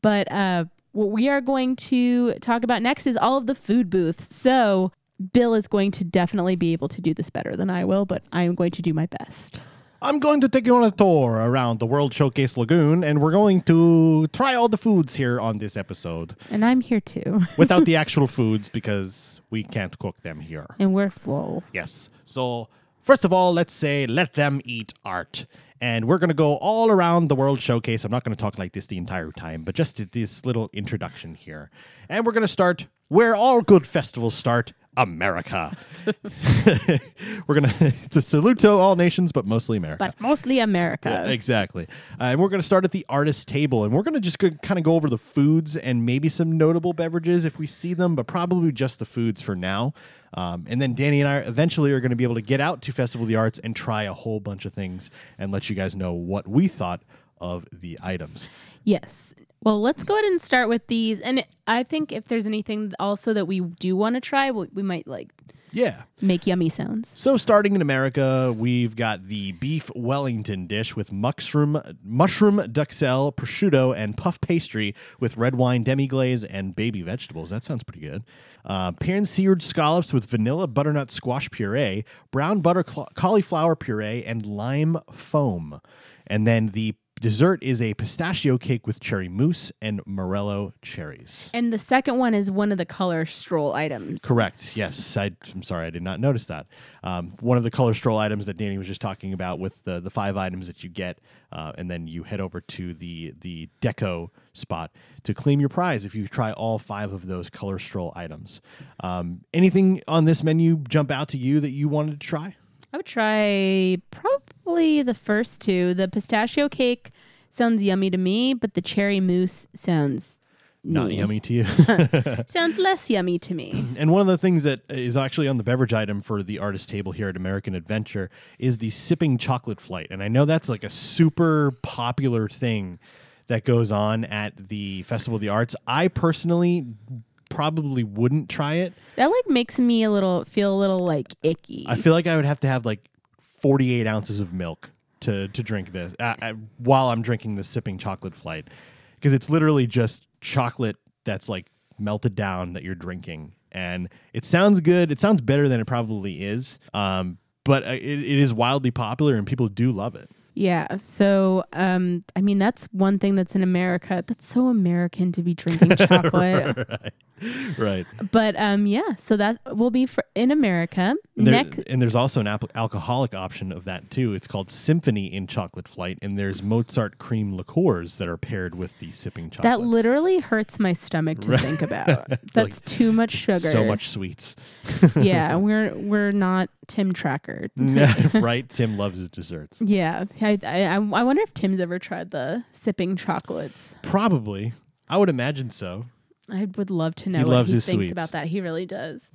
Speaker 2: But uh, what we are going to talk about next is all of the food booths. So, Bill is going to definitely be able to do this better than I will, but I am going to do my best.
Speaker 1: I'm going to take you on a tour around the World Showcase Lagoon, and we're going to try all the foods here on this episode
Speaker 2: And I'm here too.
Speaker 1: without the actual foods because we can't cook them here.
Speaker 2: and we're full.
Speaker 1: Yes. So, first of all, let's say let them eat art. And we're going to go all around the World Showcase. I'm not going to talk like this the entire time, but just this little introduction here. And we're going to start where all good festivals start America. we're going to to saluto all nations, but mostly America.
Speaker 2: But mostly America.
Speaker 1: Exactly. Uh, and we're going to start at the artist table and we're going to just kind of go over the foods and maybe some notable beverages if we see them, but probably just the foods for now. Um, and then Danny and I eventually are going to be able to get out to Festival of the Arts and try a whole bunch of things and let you guys know what we thought of the items.
Speaker 2: Yes. Well, let's go ahead and start with these. And I think if there's anything also that we do want to try, we, we might like
Speaker 1: Yeah.
Speaker 2: make yummy sounds.
Speaker 1: So starting in America, we've got the beef Wellington dish with mushroom, mushroom duxelle, prosciutto, and puff pastry with red wine demi-glaze and baby vegetables. That sounds pretty good. Uh, pan-seared scallops with vanilla butternut squash puree, brown butter cla- cauliflower puree, and lime foam. And then the dessert is a pistachio cake with cherry mousse and morello cherries.
Speaker 2: And the second one is one of the color stroll items.
Speaker 1: Correct. Yes, I, am sorry, I did not notice that. Um, one of the color stroll items that Danny was just talking about with the the five items that you get, uh, and then you head over to the the deco spot to claim your prize if you try all five of those color stroll items. Um, anything on this menu jump out to you that you wanted to try?
Speaker 2: I would try probably the first two. The pistachio cake sounds yummy to me, but the cherry mousse sounds
Speaker 1: Not
Speaker 2: me.
Speaker 1: yummy to you.
Speaker 2: sounds less yummy to me.
Speaker 1: And one of the things that is actually on the beverage item for the artist table here at American Adventure is the sipping chocolate flight. And I know that's like a super popular thing that goes on at the Festival of the Arts. I personally probably wouldn't try it.
Speaker 2: That like makes me a little feel a little like icky.
Speaker 1: I feel like I would have to have like 48 ounces of milk to, to drink this uh, uh, while I'm drinking the sipping chocolate flight because it's literally just chocolate that's like melted down that you're drinking. And it sounds good. It sounds better than it probably is. Um, but uh, it, it is wildly popular and people do love it.
Speaker 2: Yeah. So, um, I mean, that's one thing that's in America. That's so American to be drinking chocolate.
Speaker 1: Right.
Speaker 2: but um, yeah, so that will be for in America.
Speaker 1: And, there-
Speaker 2: Next,
Speaker 1: and there's also an ap- alcoholic option of that too. It's called Symphony in Chocolate Flight, and there's Mozart cream liqueurs that are paired with the sipping chocolate.
Speaker 2: that literally hurts my stomach to think about. That's too much sugar.
Speaker 1: so much sweets.
Speaker 2: yeah, we're we're not Tim Tracker.
Speaker 1: Mm. right? Tim loves his desserts.
Speaker 2: Yeah, I, I I I wonder if Tim's ever tried the sipping chocolates.
Speaker 1: Probably. I would imagine so.
Speaker 2: I would love to know what
Speaker 1: loves
Speaker 2: he
Speaker 1: his
Speaker 2: thinks
Speaker 1: sweets.
Speaker 2: about that. He really does.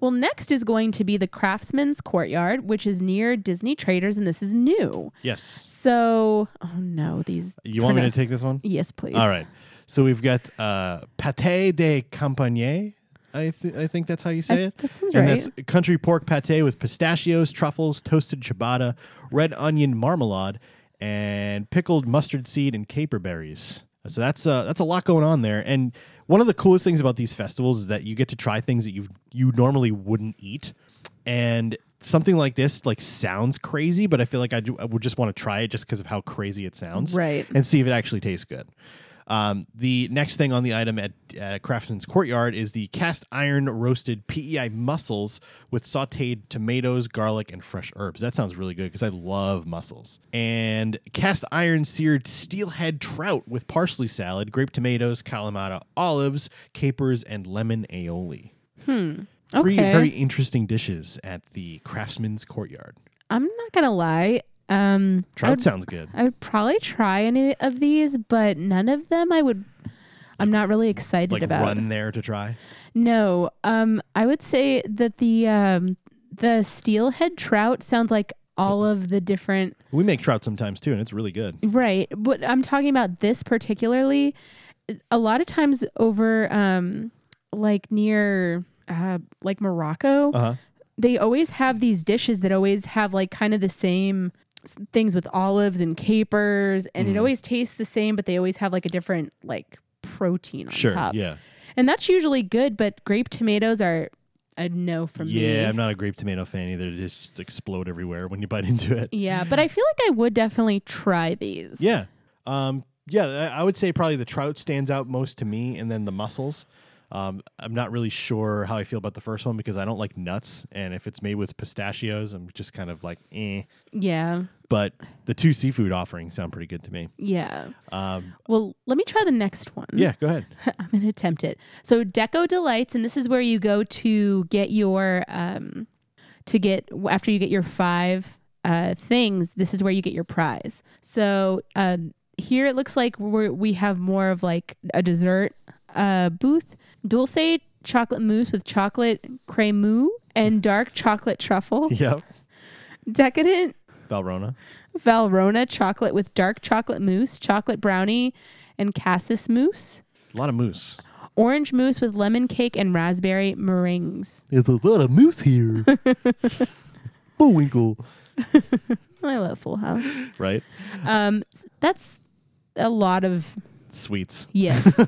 Speaker 2: Well, next is going to be the Craftsman's Courtyard, which is near Disney Traders, and this is new.
Speaker 1: Yes.
Speaker 2: So, oh no, these.
Speaker 1: You want me to
Speaker 2: kinda-
Speaker 1: take this one?
Speaker 2: Yes, please.
Speaker 1: All right. So we've got uh, pate de campagne. I, th- I think that's how you say
Speaker 2: I-
Speaker 1: it.
Speaker 2: that sounds
Speaker 1: and
Speaker 2: right.
Speaker 1: that's country pork pate with pistachios, truffles, toasted ciabatta, red onion marmalade, and pickled mustard seed and caper berries. So that's uh, that's a lot going on there. And one of the coolest things about these festivals is that you get to try things that you you normally wouldn't eat. And something like this like sounds crazy, but I feel like I, do, I would just want to try it just because of how crazy it sounds
Speaker 2: Right.
Speaker 1: and see if it actually tastes good. Um, the next thing on the item at uh, Craftsman's Courtyard is the cast iron roasted PEI mussels with sauteed tomatoes, garlic, and fresh herbs. That sounds really good because I love mussels. And cast iron seared steelhead trout with parsley salad, grape tomatoes, Kalamata olives, capers, and lemon aioli. Hmm. Three
Speaker 2: Okay.
Speaker 1: very interesting dishes at the Craftsman's Courtyard.
Speaker 2: I'm not gonna lie. Um, I
Speaker 1: Trout
Speaker 2: would,
Speaker 1: sounds good.
Speaker 2: I would probably try any of these, but none of them I would. I'm not really excited
Speaker 1: Like
Speaker 2: about.
Speaker 1: run there to try.
Speaker 2: No, um, I would say that the um, the steelhead trout sounds like all of the different
Speaker 1: We make trout sometimes too, and it's really good.
Speaker 2: Right. But I'm talking about this particularly. A lot of times over, um, like near, uh, like Morocco,
Speaker 1: Uh-huh.
Speaker 2: they always have these dishes that always have like kind of the same s- things with olives and capers, and
Speaker 1: Mm.
Speaker 2: it always tastes the same, but they always have like a different like protein on
Speaker 1: Sure.
Speaker 2: top.
Speaker 1: Yeah.
Speaker 2: And that's usually good, but grape tomatoes are a no for me.
Speaker 1: Yeah, I'm not a grape tomato fan either. They just explode everywhere when you bite into it.
Speaker 2: yeah, but I feel like I would definitely try these.
Speaker 1: Yeah. Um, yeah, I I would say probably the trout stands out most to me, and then the mussels. Um, I'm not really sure how I feel about the first one because I don't like nuts, and if it's made with pistachios, I'm just kind of like, eh.
Speaker 2: Yeah.
Speaker 1: But the two seafood offerings sound pretty good to me.
Speaker 2: Yeah.
Speaker 1: Um,
Speaker 2: Well, let me try the next one.
Speaker 1: yeah, go ahead.
Speaker 2: I'm going to attempt it. So Deco Delights, and this is where you go to get your, um, to get, after you get your five uh, things, this is where you get your prize. So um, here it looks like we're, we have more of like a dessert uh, booth. Dulce chocolate mousse with chocolate cremeux and dark chocolate truffle.
Speaker 1: yep.
Speaker 2: Decadent
Speaker 1: Valrona.
Speaker 2: Valrona chocolate with dark chocolate mousse, chocolate brownie, and cassis mousse.
Speaker 1: A lot of moose.
Speaker 2: Orange mousse with lemon cake and raspberry meringues.
Speaker 1: There's a lot of moose here. Bullwinkle.
Speaker 2: I love Full House.
Speaker 1: Right?
Speaker 2: Um, s- that's a lot of
Speaker 1: Sweets.
Speaker 2: yes.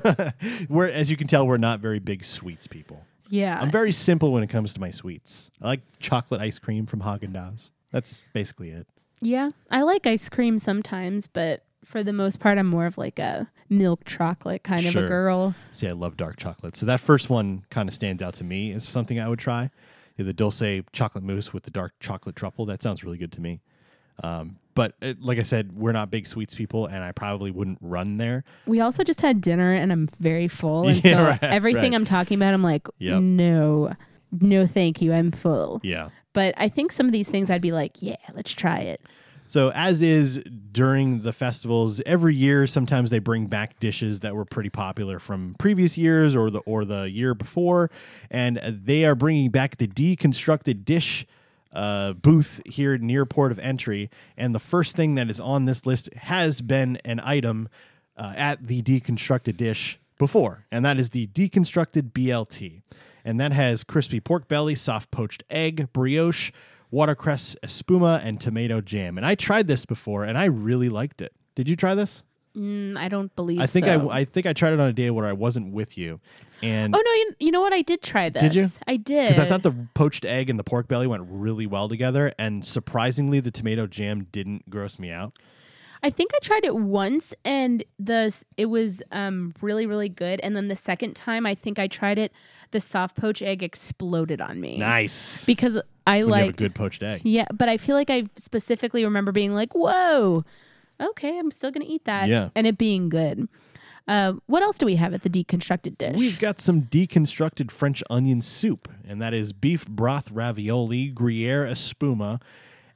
Speaker 1: we're as you can tell, we're not very big sweets people.
Speaker 2: Yeah.
Speaker 1: I'm very simple when it comes to my sweets. I like chocolate ice cream from Haagen Dazs. That's basically it.
Speaker 2: yeah. I like ice cream sometimes, but for the most part, I'm more of like a milk chocolate kind of
Speaker 1: Sure.
Speaker 2: a girl.
Speaker 1: See, I love dark chocolate, so that first one kind of stands out to me as something I would try. Yeah, The dulce chocolate mousse with the dark chocolate truffle. That sounds really good to me. Um, but uh like I said, we're not big sweets people, and I probably wouldn't run there.
Speaker 2: We also just had dinner and I'm very full. And
Speaker 1: Yeah,
Speaker 2: so
Speaker 1: right,
Speaker 2: everything
Speaker 1: right.
Speaker 2: I'm talking about, I'm like,
Speaker 1: Yep.
Speaker 2: no, no, thank you. I'm full.
Speaker 1: Yeah.
Speaker 2: But I think some of these things I'd be like, yeah, let's try it.
Speaker 1: So, as is during the festivals, every year sometimes they bring back dishes that were pretty popular from previous years or the or the year before, and uh, they are bringing back the deconstructed dish uh, booth here near port of entry. And the first thing that is on this list has been an item uh, at the deconstructed dish before, and that is the deconstructed BLT. And that has crispy pork belly, soft poached egg, brioche, watercress espuma, and tomato jam. And I tried this before, and I really liked it. Did you try this?
Speaker 2: Mm, I don't believe
Speaker 1: I think
Speaker 2: so.
Speaker 1: I, I think I tried it on a day where I wasn't with you, and
Speaker 2: Oh no! You, you know what? I did try this.
Speaker 1: Did you?
Speaker 2: I did.
Speaker 1: because I thought the poached egg and the pork belly went really well together, and surprisingly, the tomato jam didn't gross me out.
Speaker 2: I think I tried it once, and the s- it was um really really good. And then the second time, I think I tried it. The soft poached egg exploded on me
Speaker 1: Nice,
Speaker 2: because
Speaker 1: when
Speaker 2: I
Speaker 1: you have
Speaker 2: like
Speaker 1: a good poached egg.
Speaker 2: yeah, but I feel like I specifically remember being like, "Whoa, okay, I'm still gonna eat that."
Speaker 1: Yeah.
Speaker 2: and it being good. Uh, what else do we have at the deconstructed dish?
Speaker 1: We've got some deconstructed French onion soup, and that is beef broth ravioli, Gruyere espuma,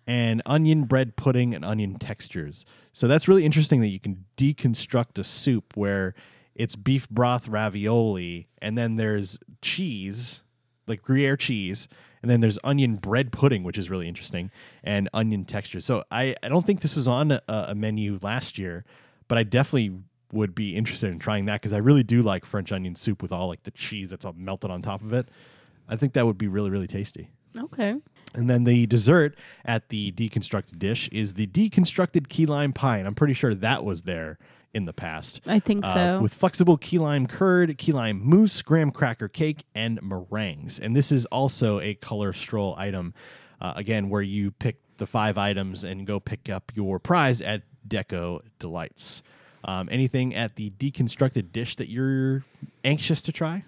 Speaker 1: and onion bread pudding and onion textures. So that's really interesting that you can deconstruct a soup where it's beef broth ravioli, and then there's cheese, like Gruyere cheese, and then there's onion bread pudding, which is really interesting, and onion texture. So I, I don't think this was on a, a menu last year, but I definitely would be interested in trying that because I really do like French onion soup with all like the cheese that's all melted on top of it. I think that would be really, really tasty.
Speaker 2: Okay.
Speaker 1: And then the dessert at the deconstructed dish is the deconstructed key lime pie. And I'm pretty sure that was there in the past.
Speaker 2: I think so.
Speaker 1: Uh, With flexible key lime curd, key lime mousse, graham cracker cake, and meringues. And this is also a color stroll item, uh, again, where you pick the five items and go pick up your prize at Deco Delights. Um, anything at the deconstructed dish that you're anxious to try?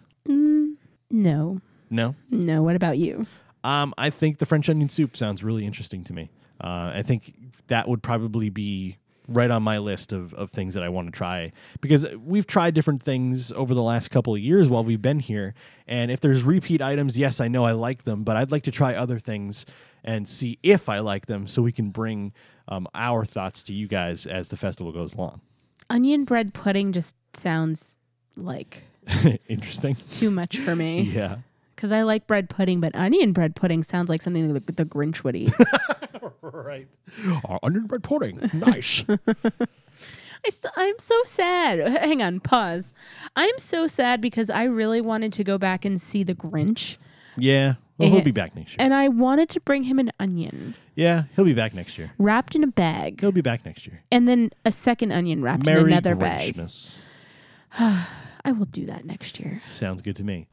Speaker 2: No.
Speaker 1: No?
Speaker 2: No. What about you?
Speaker 1: Um, I think the French onion soup sounds really interesting to me. Uh, I think that would probably be right on my list of, of things that I want to try because we've tried different things over the last couple of years while we've been here. And if there's repeat items, yes, I know I like them, but I'd like to try other things and see if I like them so we can bring um, our thoughts to you guys as the festival goes along.
Speaker 2: Onion bread pudding just sounds like
Speaker 1: interesting.
Speaker 2: too much for me
Speaker 1: Yeah.
Speaker 2: because I like bread pudding, but onion bread pudding sounds like something the, the Grinch would eat.
Speaker 1: Right. Our onion bread pudding. Nice.
Speaker 2: I st- I'm so sad. Hang on, pause. I'm so sad because I really wanted to go back and see the Grinch,
Speaker 1: yeah. Well, he'll
Speaker 2: And-
Speaker 1: be back next year.
Speaker 2: and I wanted to bring him an onion
Speaker 1: Yeah, he'll be back next year.
Speaker 2: wrapped in a bag,
Speaker 1: He'll be back next year.
Speaker 2: and then a second onion wrapped in
Speaker 1: Merry
Speaker 2: another bag.
Speaker 1: Grinchmas.
Speaker 2: I will do that next year.
Speaker 1: Sounds good to me.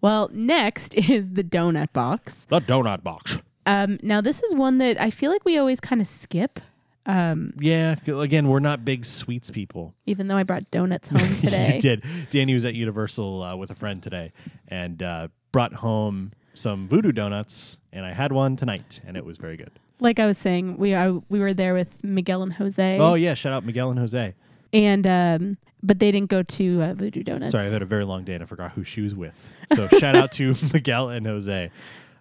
Speaker 2: Well, next is the donut box.
Speaker 1: The donut box.
Speaker 2: Um, now this is one that I feel like we always kind of skip,
Speaker 1: Yeah, c- again, we're not big sweets people.
Speaker 2: even though I brought donuts home today.
Speaker 1: you did. Danny was at Universal uh, with a friend today and uh, brought home some voodoo donuts, and I had one tonight, and it was very good.
Speaker 2: Like I was saying, we I, we were there with Miguel and Jose.
Speaker 1: Oh, yeah, shout out Miguel and Jose.
Speaker 2: and um, but they didn't go to uh, Voodoo Donuts.
Speaker 1: Sorry, I've had a very long day and I forgot who she was with. So shout out to Miguel and Jose.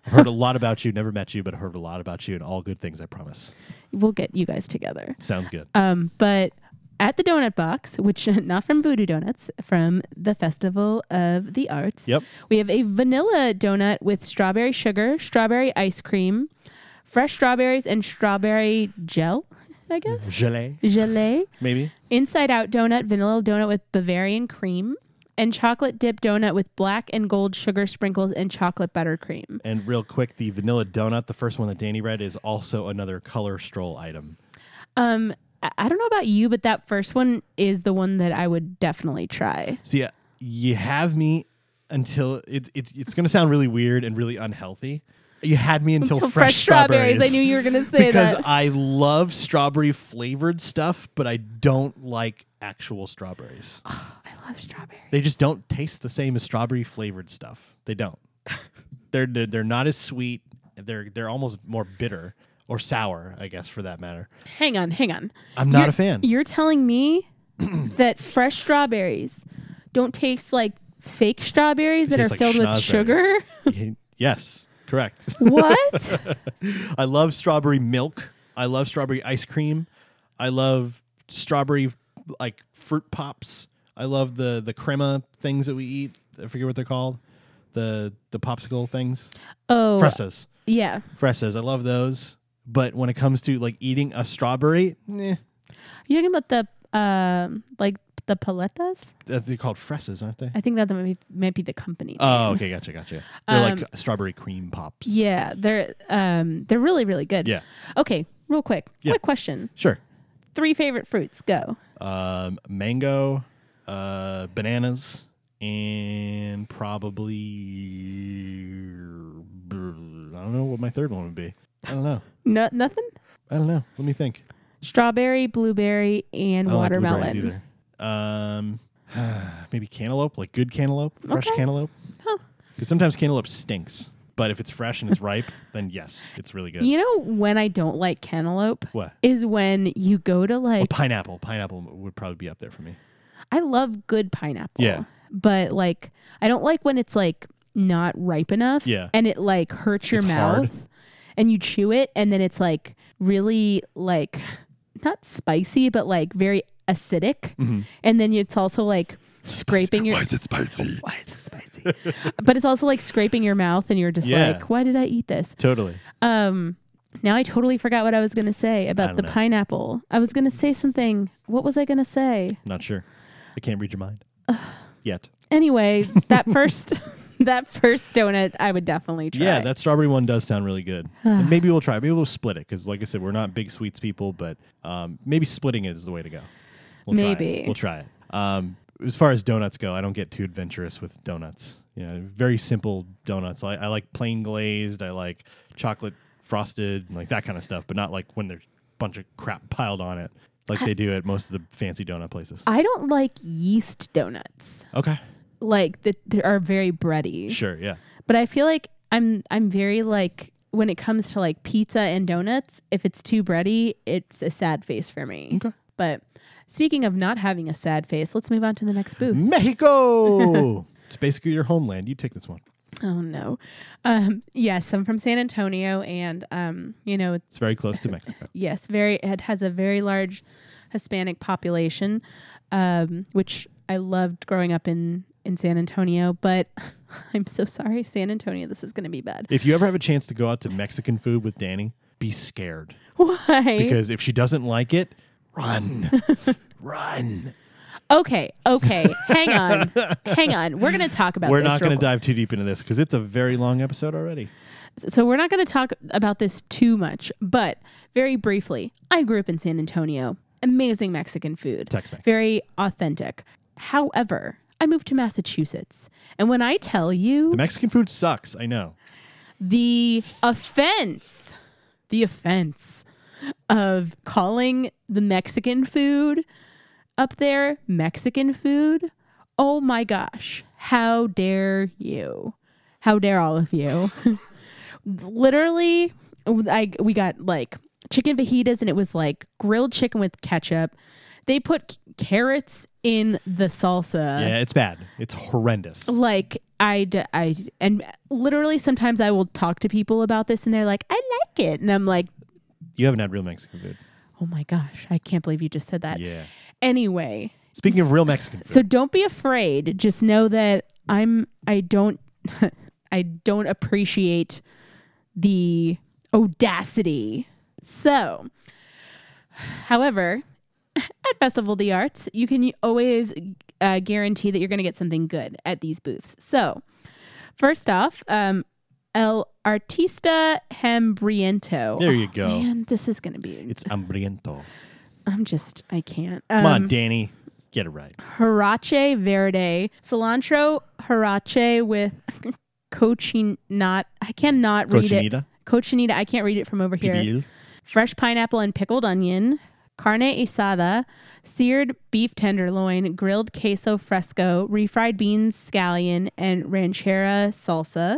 Speaker 1: I've heard a lot about you, never met you, but I've heard a lot about you and all good things, I promise.
Speaker 2: we'll get you guys together.
Speaker 1: Sounds good.
Speaker 2: Um, but at the Donut Box, which not from Voodoo Donuts, from the Festival of the Arts.
Speaker 1: Yep.
Speaker 2: We have a vanilla donut with strawberry sugar, strawberry ice cream, fresh strawberries, and strawberry gel. I guess
Speaker 1: Gelée,
Speaker 2: gelée.
Speaker 1: maybe?
Speaker 2: Inside out donut, vanilla donut with Bavarian cream, and chocolate dip donut with black and gold sugar sprinkles and chocolate buttercream.
Speaker 1: And real quick, the vanilla donut, the first one that Danny read, is also another color stroll item.
Speaker 2: Um, I- I don't know about you, but that first one is the one that I would definitely try.
Speaker 1: See, uh, you have me until it, it, it's going to sound really weird and really unhealthy. You had me until,
Speaker 2: Till
Speaker 1: fresh, strawberries.
Speaker 2: I knew you were gonna say
Speaker 1: because
Speaker 2: that.
Speaker 1: I love strawberry flavored stuff, but I don't like actual strawberries.
Speaker 2: I love strawberry.
Speaker 1: They just don't taste the same as strawberry flavored stuff. They don't. they're, they're they're not as sweet. They're they're almost more bitter or sour, I guess, for that matter.
Speaker 2: Hang on, hang on.
Speaker 1: I'm not
Speaker 2: You're-
Speaker 1: a fan.
Speaker 2: You're telling me that fresh strawberries don't taste like fake strawberries that are
Speaker 1: Tastes like
Speaker 2: filled with sugar?
Speaker 1: schnozberries. Y- yes, correct.
Speaker 2: What?
Speaker 1: I love strawberry milk. I love strawberry ice cream. I love strawberry like fruit pops. I love the the crema things that we eat. I forget what they're called. The the popsicle things.
Speaker 2: Oh,
Speaker 1: Fresas.
Speaker 2: yeah.
Speaker 1: Fresas. I love those. But when it comes to like eating a strawberry, eh,
Speaker 2: You're talking about the um, like the paletas?
Speaker 1: they're called fresas, aren't they?
Speaker 2: I think that that might be might be the company.
Speaker 1: Oh, okay, gotcha, gotcha. They're like strawberry cream pops.
Speaker 2: yeah, they're um, they're really really good.
Speaker 1: Yeah.
Speaker 2: Okay, real quick,
Speaker 1: Yeah.
Speaker 2: quick question:
Speaker 1: Sure.
Speaker 2: Three favorite fruits? Go.
Speaker 1: um, mango, uh, bananas, and probably I don't know what my third one would be. I don't know.
Speaker 2: No, nothing.
Speaker 1: I don't know. Let me think.
Speaker 2: Strawberry, blueberry, and
Speaker 1: I don't like blueberries
Speaker 2: watermelon.
Speaker 1: either. Um, maybe cantaloupe, like good cantaloupe, fresh
Speaker 2: Okay.
Speaker 1: cantaloupe. Because sometimes cantaloupe stinks, but if it's fresh and it's ripe, then yes, it's really good.
Speaker 2: You know when I don't like cantaloupe
Speaker 1: What?
Speaker 2: is when you go to
Speaker 1: Well,
Speaker 2: like
Speaker 1: pineapple. Pineapple would probably be up there for me.
Speaker 2: I love good pineapple.
Speaker 1: Yeah.
Speaker 2: But like I don't like when it's like not ripe enough.
Speaker 1: Yeah.
Speaker 2: And it like hurts your
Speaker 1: It's
Speaker 2: mouth.
Speaker 1: hard.
Speaker 2: And you chew it and then it's like really
Speaker 1: Mm-hmm.
Speaker 2: like not spicy, but like very acidic. And then it's also like scraping your
Speaker 4: Why is it spicy?
Speaker 2: why is it spicy? but it's also like scraping your mouth and you're just
Speaker 1: Yeah.
Speaker 2: like, why did I eat this?
Speaker 1: Totally.
Speaker 2: Um now I totally forgot what I was going to say about
Speaker 1: don't
Speaker 2: the
Speaker 1: know.
Speaker 2: pineapple. I was going to say something. What was I going to say?
Speaker 1: Not sure. I can't read your mind. Yet.
Speaker 2: Anyway, that first that first donut I would definitely try.
Speaker 1: Yeah, that strawberry one does sound really good. And maybe we'll try. Maybe we'll split it because, like I said, we're not big sweets people, but um, maybe splitting it is the way to go. We'll try it.
Speaker 2: Maybe.
Speaker 1: we'll try it. Um, as far as donuts go, I don't get too adventurous with donuts. You know, very simple donuts. I, I like plain glazed. I like chocolate frosted, and like that kind of stuff, but not like when there's a bunch of crap piled on it, like they do at most of the fancy donut places.
Speaker 2: I don't like yeast donuts.
Speaker 1: Okay,
Speaker 2: Like that they are very bready.
Speaker 1: sure, yeah,
Speaker 2: But I feel like I'm I'm very like when it comes to like pizza and donuts, if it's too bready, it's a sad face for me. Okay. But speaking of not having a sad face, let's move on to the next booth.
Speaker 1: Mexico. it's basically your homeland. You take this one.
Speaker 2: Oh no. Um yes, I'm from San Antonio and um you know,
Speaker 1: It's very close to Mexico.
Speaker 2: yes, very it has a very large Hispanic population, um, which I loved growing up in in San Antonio, but I'm so sorry, San Antonio, this is gonna be bad.
Speaker 1: If you ever have a chance to go out to Mexican food with Danny, be scared
Speaker 2: Why?
Speaker 1: because if she doesn't like it, run, run.
Speaker 2: Okay, okay. Hang on. Hang on. We're going to talk about
Speaker 1: We're
Speaker 2: this.
Speaker 1: not going to
Speaker 2: real
Speaker 1: dive
Speaker 2: quick.
Speaker 1: too deep into this because it's a very long episode already.
Speaker 2: So, we're not going to talk about this too much, but very briefly, I grew up in San Antonio. Amazing Mexican food.
Speaker 1: Tex-Mex.
Speaker 2: Very authentic. However, I moved to Massachusetts. And when I tell you
Speaker 1: The Mexican food sucks. I know.
Speaker 2: the offense, the offense of calling the Mexican food up there Mexican food. Oh my gosh. How dare you? How dare all of you? Literally, I, we got like chicken fajitas and it was like grilled chicken with ketchup. They put c- carrots in the salsa
Speaker 1: yeah, it's bad. It's horrendous.
Speaker 2: like I, d- I d- and literally sometimes I will talk to people about this and they're like, I like it, and I'm like,
Speaker 1: You haven't had real Mexican food.
Speaker 2: oh my gosh, I can't believe you just said that.
Speaker 1: Yeah.
Speaker 2: Anyway,
Speaker 1: Speaking of real Mexican food,
Speaker 2: so don't be afraid. Just know that I'm. I don't. I don't appreciate the audacity. So, however, at Festival of the Arts, you can always uh, guarantee that you're going to get something good at these booths. So, first off, um, El Artista Hambriento.
Speaker 1: There you
Speaker 2: Oh,
Speaker 1: go.
Speaker 2: Man, this is going to be.
Speaker 1: it's hambriento.
Speaker 2: I'm just. I can't.
Speaker 1: Come
Speaker 2: Um,
Speaker 1: on, Danny. Get it right.
Speaker 2: Harache Verde, cilantro Harache with cochinata. I cannot read it.
Speaker 1: Cochinita?
Speaker 2: Cochinita. I can't read it from over here.
Speaker 1: Pibil.
Speaker 2: Fresh pineapple and pickled onion, carne asada, seared beef tenderloin, grilled queso fresco, refried beans, scallion, and ranchera salsa,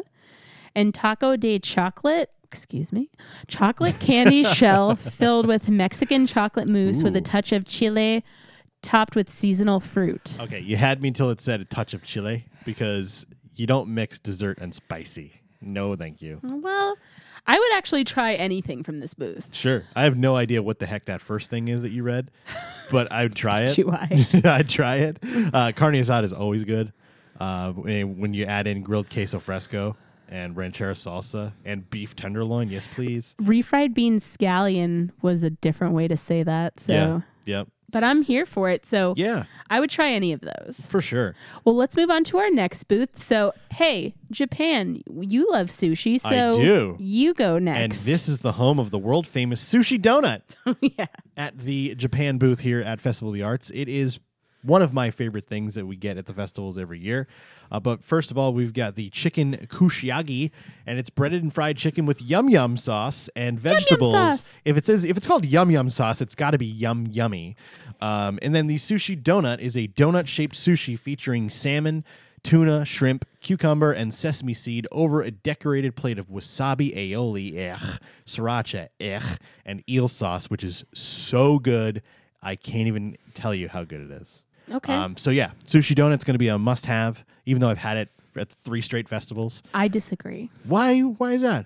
Speaker 2: and taco de chocolate. Excuse me. Chocolate candy shell filled with Mexican chocolate mousse with a
Speaker 1: Ooh.
Speaker 2: touch of chile topped with seasonal fruit.
Speaker 1: Okay, you had me until it said a touch of chile because you don't mix dessert and spicy. No, thank you.
Speaker 2: Well, I would actually try anything from this booth.
Speaker 1: Sure. I have no idea what the heck that first thing is that you read, but I would try it.
Speaker 2: Do I?
Speaker 1: I'd try it. Uh, carne asada is always good. Uh, when when you add in grilled queso fresco and ranchera salsa and beef tenderloin, yes, please.
Speaker 2: Refried bean scallion was a different way to say that. So,
Speaker 1: Yep.
Speaker 2: but I'm here for it. So,
Speaker 1: Yeah,
Speaker 2: I would try any of those.
Speaker 1: for sure.
Speaker 2: Well, let's move on to our next booth. So, hey, Japan, you love sushi. So,
Speaker 1: I do.
Speaker 2: you go next.
Speaker 1: And this is the home of the world famous sushi donut
Speaker 2: yeah.
Speaker 1: at the Japan booth here at Festival of the Arts. It is one of my favorite things that we get at the festivals every year. Uh, but first of all, we've got the chicken kushiagi, and it's breaded and fried chicken with yum yum sauce and vegetables.
Speaker 2: sauce.
Speaker 1: If it says if it's called yum yum sauce, it's got to be yum yummy. Um, and then the sushi donut is a donut shaped sushi featuring salmon, tuna, shrimp, cucumber, and sesame seed over a decorated plate of wasabi aioli, ech, sriracha, ech, and eel sauce, which is so good. I can't even tell you how good it is.
Speaker 2: Okay.
Speaker 1: Um, so yeah, sushi donut's going to be a must have, even though I've had it at three straight festivals.
Speaker 2: I disagree.
Speaker 1: Why? Why is that?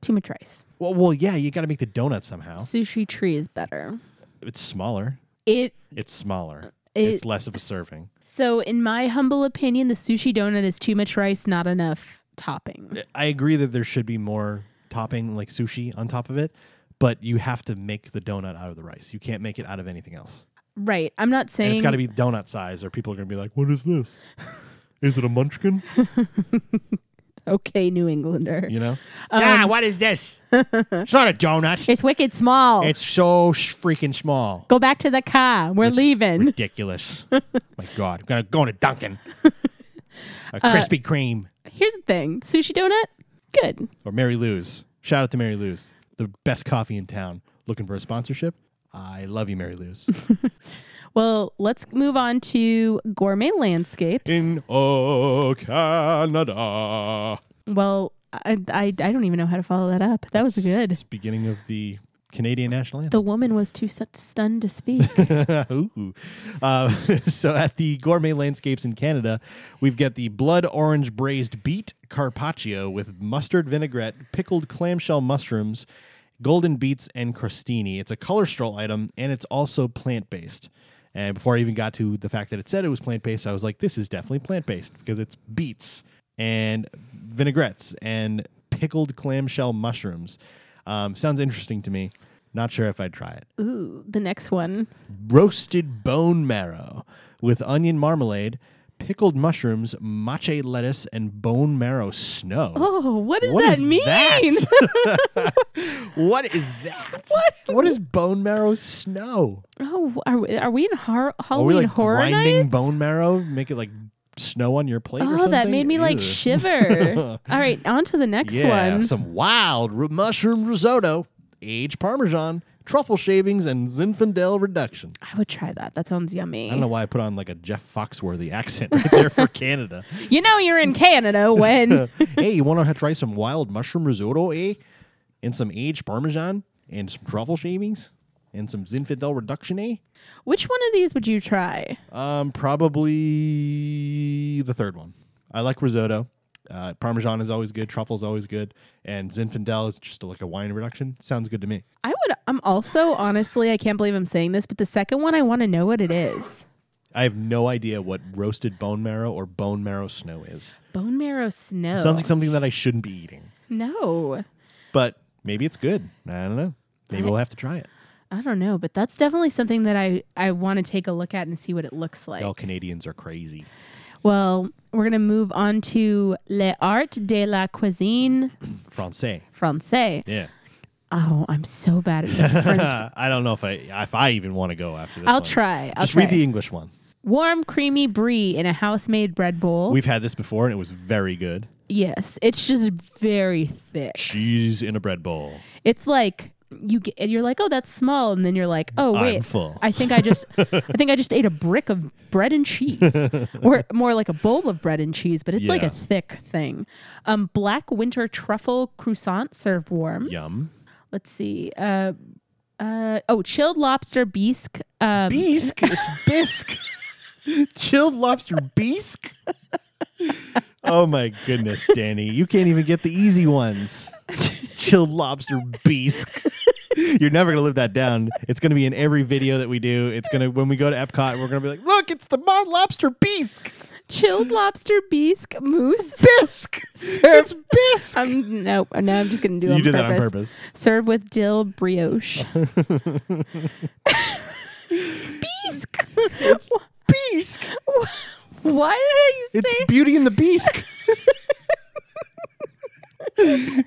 Speaker 2: Too much rice.
Speaker 1: Well, well, yeah, you got to Oh. make the donut somehow.
Speaker 2: Sushi tree is better.
Speaker 1: It's smaller.
Speaker 2: It
Speaker 1: It's smaller. it's
Speaker 2: It,
Speaker 1: less of a serving.
Speaker 2: so, in my humble opinion, the sushi donut is too much rice, not enough topping.
Speaker 1: I agree that there should be more topping like sushi on top of it, but you have to make the donut out of the rice. You can't make it out of anything else.
Speaker 2: Right. I'm not
Speaker 1: And
Speaker 2: saying
Speaker 1: it's got to be donut size, or people are going to be like, "What is this? Is it a munchkin?"
Speaker 2: okay, New Englander.
Speaker 1: You know? ah, what is this? it's not a donut.
Speaker 2: It's wicked small.
Speaker 1: It's so sh- freaking small.
Speaker 2: Go back to the car. We're
Speaker 1: It's
Speaker 2: leaving.
Speaker 1: Ridiculous. My God, I'm gonna go to Dunkin'. A Krispy Kreme
Speaker 2: Here's the thing sushi donut, good.
Speaker 1: or Mary Lou's. Shout out to Mary Lou's, the best coffee in town. Looking for a sponsorship? I love you, Mary Lou's.
Speaker 2: Well, let's move on to gourmet landscapes.
Speaker 1: in oh Canada.
Speaker 2: well, I, I, I don't even know how to follow that up. That was good.
Speaker 1: It's beginning of the Canadian national anthem.
Speaker 2: The woman was too stu- stunned to speak.
Speaker 1: Ooh. Uh, so at the Gourmet Landscapes in Canada, we've got the blood orange braised beet carpaccio with mustard vinaigrette, pickled clamshell mushrooms, golden beets, and crostini. It's a color stroll item, and it's also plant based. And before I even got to the fact that it said it was plant based, I was like, this is definitely plant based because it's beets and vinaigrettes and pickled clamshell mushrooms. Um, sounds interesting to me. Not sure if I'd try it
Speaker 2: Ooh, the next one.
Speaker 1: roasted bone marrow with onion marmalade, pickled mushrooms, mache lettuce, and bone marrow snow.
Speaker 2: Oh, what does
Speaker 1: What
Speaker 2: that
Speaker 1: is
Speaker 2: mean?
Speaker 1: that? what is that?
Speaker 2: What?
Speaker 1: what is bone marrow snow?
Speaker 2: Oh, are we, are we in
Speaker 1: Are
Speaker 2: har-
Speaker 1: we
Speaker 2: Halloween
Speaker 1: like
Speaker 2: Oh, horror
Speaker 1: grinding
Speaker 2: night?
Speaker 1: bone marrow? Make it like snow on your plate or
Speaker 2: Oh,
Speaker 1: something?
Speaker 2: that made me like
Speaker 1: Ew.
Speaker 2: shiver. All right, on to the next
Speaker 1: Yeah,
Speaker 2: one.
Speaker 1: some wild ru- mushroom risotto, aged parmesan, truffle shavings, and Zinfandel reduction.
Speaker 2: I would try that. That sounds yummy.
Speaker 1: I don't know why I put on like a Jeff Foxworthy accent right there for Canada.
Speaker 2: You know you're in Canada when
Speaker 1: hey, you want to try some wild mushroom risotto, eh? And some aged parmesan and some truffle shavings and some Zinfandel reduction, eh?
Speaker 2: Which one of these would you try?
Speaker 1: Um, probably the third one. I like risotto. Uh, parmesan is always good. Truffle's always good. And Zinfandel is just like a wine reduction. Sounds good to me.
Speaker 2: I would I'm also honestly I can't believe I'm saying this, but the second one I want to know what it is.
Speaker 1: I have no idea what roasted bone marrow or bone marrow snow is.
Speaker 2: Bone marrow snow.
Speaker 1: It sounds like something that I shouldn't be eating,
Speaker 2: No.
Speaker 1: but maybe it's good. I don't know. Maybe we'll have to try it.
Speaker 2: I don't know, but that's definitely something that I I want to take a look at and see what it looks like.
Speaker 1: All Canadians are crazy.
Speaker 2: Well, we're going to move on to Le Art de la Cuisine
Speaker 1: Francais.
Speaker 2: Francais.
Speaker 1: Yeah.
Speaker 2: Oh, I'm so bad at that.
Speaker 1: Uh, I don't know if I if I even want to go after this.
Speaker 2: I'll
Speaker 1: one.
Speaker 2: try. I'll
Speaker 1: Just
Speaker 2: try.
Speaker 1: read the English one.
Speaker 2: Warm creamy brie in a house-made bread bowl.
Speaker 1: We've had this before and it was very good.
Speaker 2: yes, it's just very thick.
Speaker 1: Cheese in a bread bowl.
Speaker 2: it's like you get and you're like oh that's small and then you're like oh
Speaker 1: I'm
Speaker 2: wait
Speaker 1: full.
Speaker 2: i think i just i think i just ate a brick of bread and cheese or more like a bowl of bread and cheese but it's like
Speaker 1: Yeah.
Speaker 2: a thick thing um black winter truffle croissant served warm
Speaker 1: Yum.
Speaker 2: let's see uh uh oh chilled lobster bisque um
Speaker 1: Bisque. It's bisque. Chilled lobster bisque. Oh my goodness, Danny. You can't even get the easy ones. Chilled lobster bisque. You're never gonna live that down. It's gonna be in every video that we do. It's gonna when we go to Epcot, we're gonna be like, look, it's the mod lobster bisque.
Speaker 2: chilled lobster bisque mousse
Speaker 1: Bisque. It's bisque.
Speaker 2: um no no i'm just gonna do it
Speaker 1: you
Speaker 2: on
Speaker 1: did
Speaker 2: purpose.
Speaker 1: that on purpose.
Speaker 2: serve with dill brioche bisque
Speaker 1: It's Beast.
Speaker 2: Why did I
Speaker 1: It's
Speaker 2: say?
Speaker 1: Beauty and the Beast.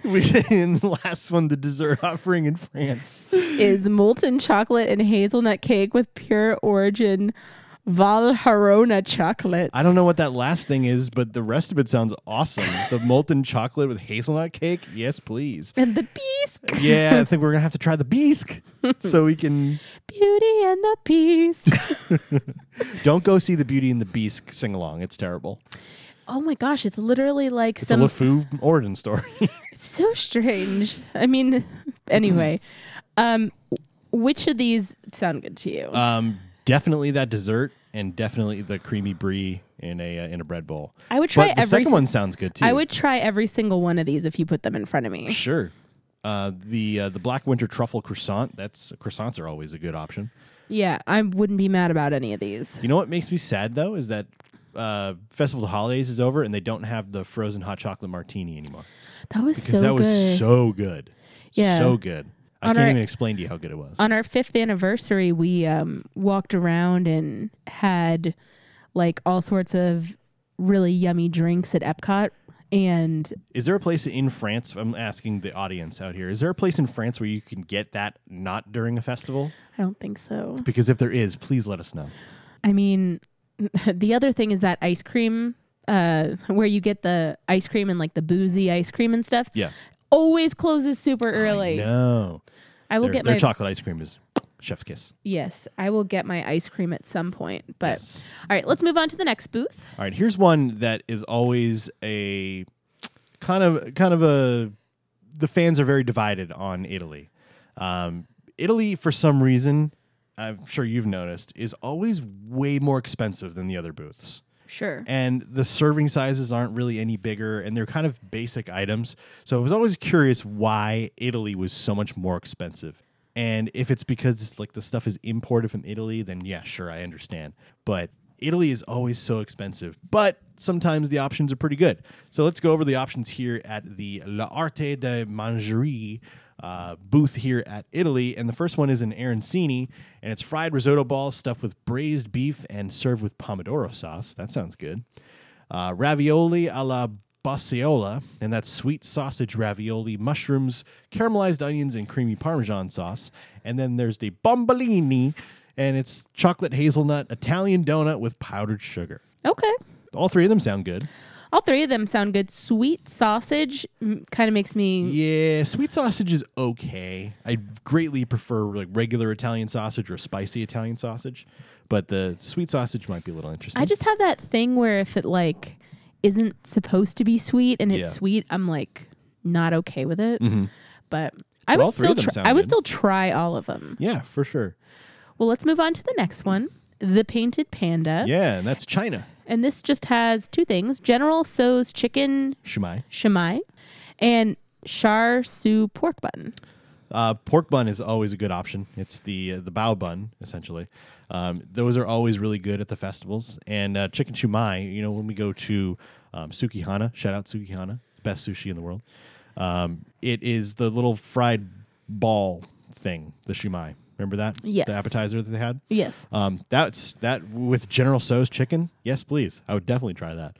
Speaker 1: we in the last one, the dessert offering in France.
Speaker 2: is molten chocolate and hazelnut cake with pure origin Valharona chocolates.
Speaker 1: I don't know what that last thing is, but the rest of it sounds awesome. The molten chocolate with hazelnut cake. Yes, please.
Speaker 2: And the beast,
Speaker 1: Yeah, I think we're gonna have to try the Beast so we can.
Speaker 2: beauty and the beast.
Speaker 1: Don't go see the Beauty and the Beast sing along. It's terrible.
Speaker 2: oh my gosh, it's literally like
Speaker 1: It's a
Speaker 2: some.
Speaker 1: LeFou origin story.
Speaker 2: it's so strange. I mean, anyway, um, which of these sound good to you?
Speaker 1: Um, definitely that dessert, and definitely the creamy brie in a uh, in a bread bowl.
Speaker 2: I would try
Speaker 1: But the
Speaker 2: every
Speaker 1: second
Speaker 2: si-
Speaker 1: one sounds good too.
Speaker 2: I would try every single one of these if you put them in front of me.
Speaker 1: sure. Uh, the uh, the black winter truffle croissant. That's croissants are always a good option.
Speaker 2: Yeah, I wouldn't be mad about any of these.
Speaker 1: You know what makes me sad though is that uh, Festival of Holidays is over and they don't have the frozen hot chocolate martini anymore
Speaker 2: That was
Speaker 1: because
Speaker 2: so
Speaker 1: that was
Speaker 2: good.
Speaker 1: so good.
Speaker 2: Yeah.
Speaker 1: so good. I
Speaker 2: On
Speaker 1: can't
Speaker 2: our-
Speaker 1: even explain to you how good it was.
Speaker 2: on our fifth anniversary, we um, walked around and had like all sorts of really yummy drinks at Epcot. And
Speaker 1: Is there a place in France? I'm asking the audience out here. Is there a place in France where you can get that not during a festival?
Speaker 2: I don't think so.
Speaker 1: Because if there is, please let us know.
Speaker 2: I mean, the other thing is that ice cream, uh, where you get the ice cream and like the boozy ice cream and stuff,
Speaker 1: Yeah.
Speaker 2: always closes super early. I,
Speaker 1: No.
Speaker 2: will
Speaker 1: their
Speaker 2: get
Speaker 1: their
Speaker 2: my
Speaker 1: chocolate ice cream is chef's kiss.
Speaker 2: yes, I will get my ice cream at some point. But
Speaker 1: Yes.
Speaker 2: all right, let's move on to the next booth.
Speaker 1: All right, here's one that is always a kind of kind of a the fans are very divided on Italy. Um, Italy, for some reason, I'm sure you've noticed, is always way more expensive than the other booths.
Speaker 2: Sure.
Speaker 1: and the serving sizes aren't really any bigger and they're kind of basic items. So I was always curious why Italy was so much more expensive. And if it's because it's like the stuff is imported from Italy, then yeah, sure, I understand. But Italy is always so expensive, but sometimes the options are pretty good. So let's go over the options here at the La Arte de Mangerie uh, booth here at Italy. And the first one is an arancini, and it's fried risotto balls stuffed with braised beef and served with pomodoro sauce. That sounds good. Uh, ravioli alla bassiola, and that's sweet sausage ravioli, mushrooms, caramelized onions, and creamy parmesan sauce. And then there's the bombolini, and it's chocolate hazelnut Italian donut with powdered sugar.
Speaker 2: Okay.
Speaker 1: All three of them sound good.
Speaker 2: All three of them sound good. Sweet sausage kind of makes me.
Speaker 1: Yeah, sweet sausage is okay. I greatly prefer like regular Italian sausage or spicy Italian sausage, but the sweet sausage might be a little interesting.
Speaker 2: I just have that thing where if it like isn't supposed to be sweet and it's
Speaker 1: Yeah. Mm-hmm.
Speaker 2: sweet, I'm like not okay with it. But I
Speaker 1: Well, all
Speaker 2: would
Speaker 1: three
Speaker 2: still
Speaker 1: of them
Speaker 2: try,
Speaker 1: sound
Speaker 2: I would
Speaker 1: good.
Speaker 2: still try all of them.
Speaker 1: yeah, for sure.
Speaker 2: Well, let's move on to the next one. The Painted Panda.
Speaker 1: Yeah, and that's China
Speaker 2: And this just has two things. General So's chicken
Speaker 1: shumai.
Speaker 2: shumai and char siu pork bun.
Speaker 1: Uh, pork bun is always a good option. It's the uh, the bao bun essentially. Um, those are always really good at the festivals. And uh, chicken shumai, you know, when we go to um, Sukihana, shout out Sukihana, best sushi in the world. Um, it is the little fried ball thing, the shumai. Remember that?
Speaker 2: Yes.
Speaker 1: The appetizer that they had.
Speaker 2: Yes.
Speaker 1: Um, that's that with General So's chicken. Yes, please. I would definitely try that.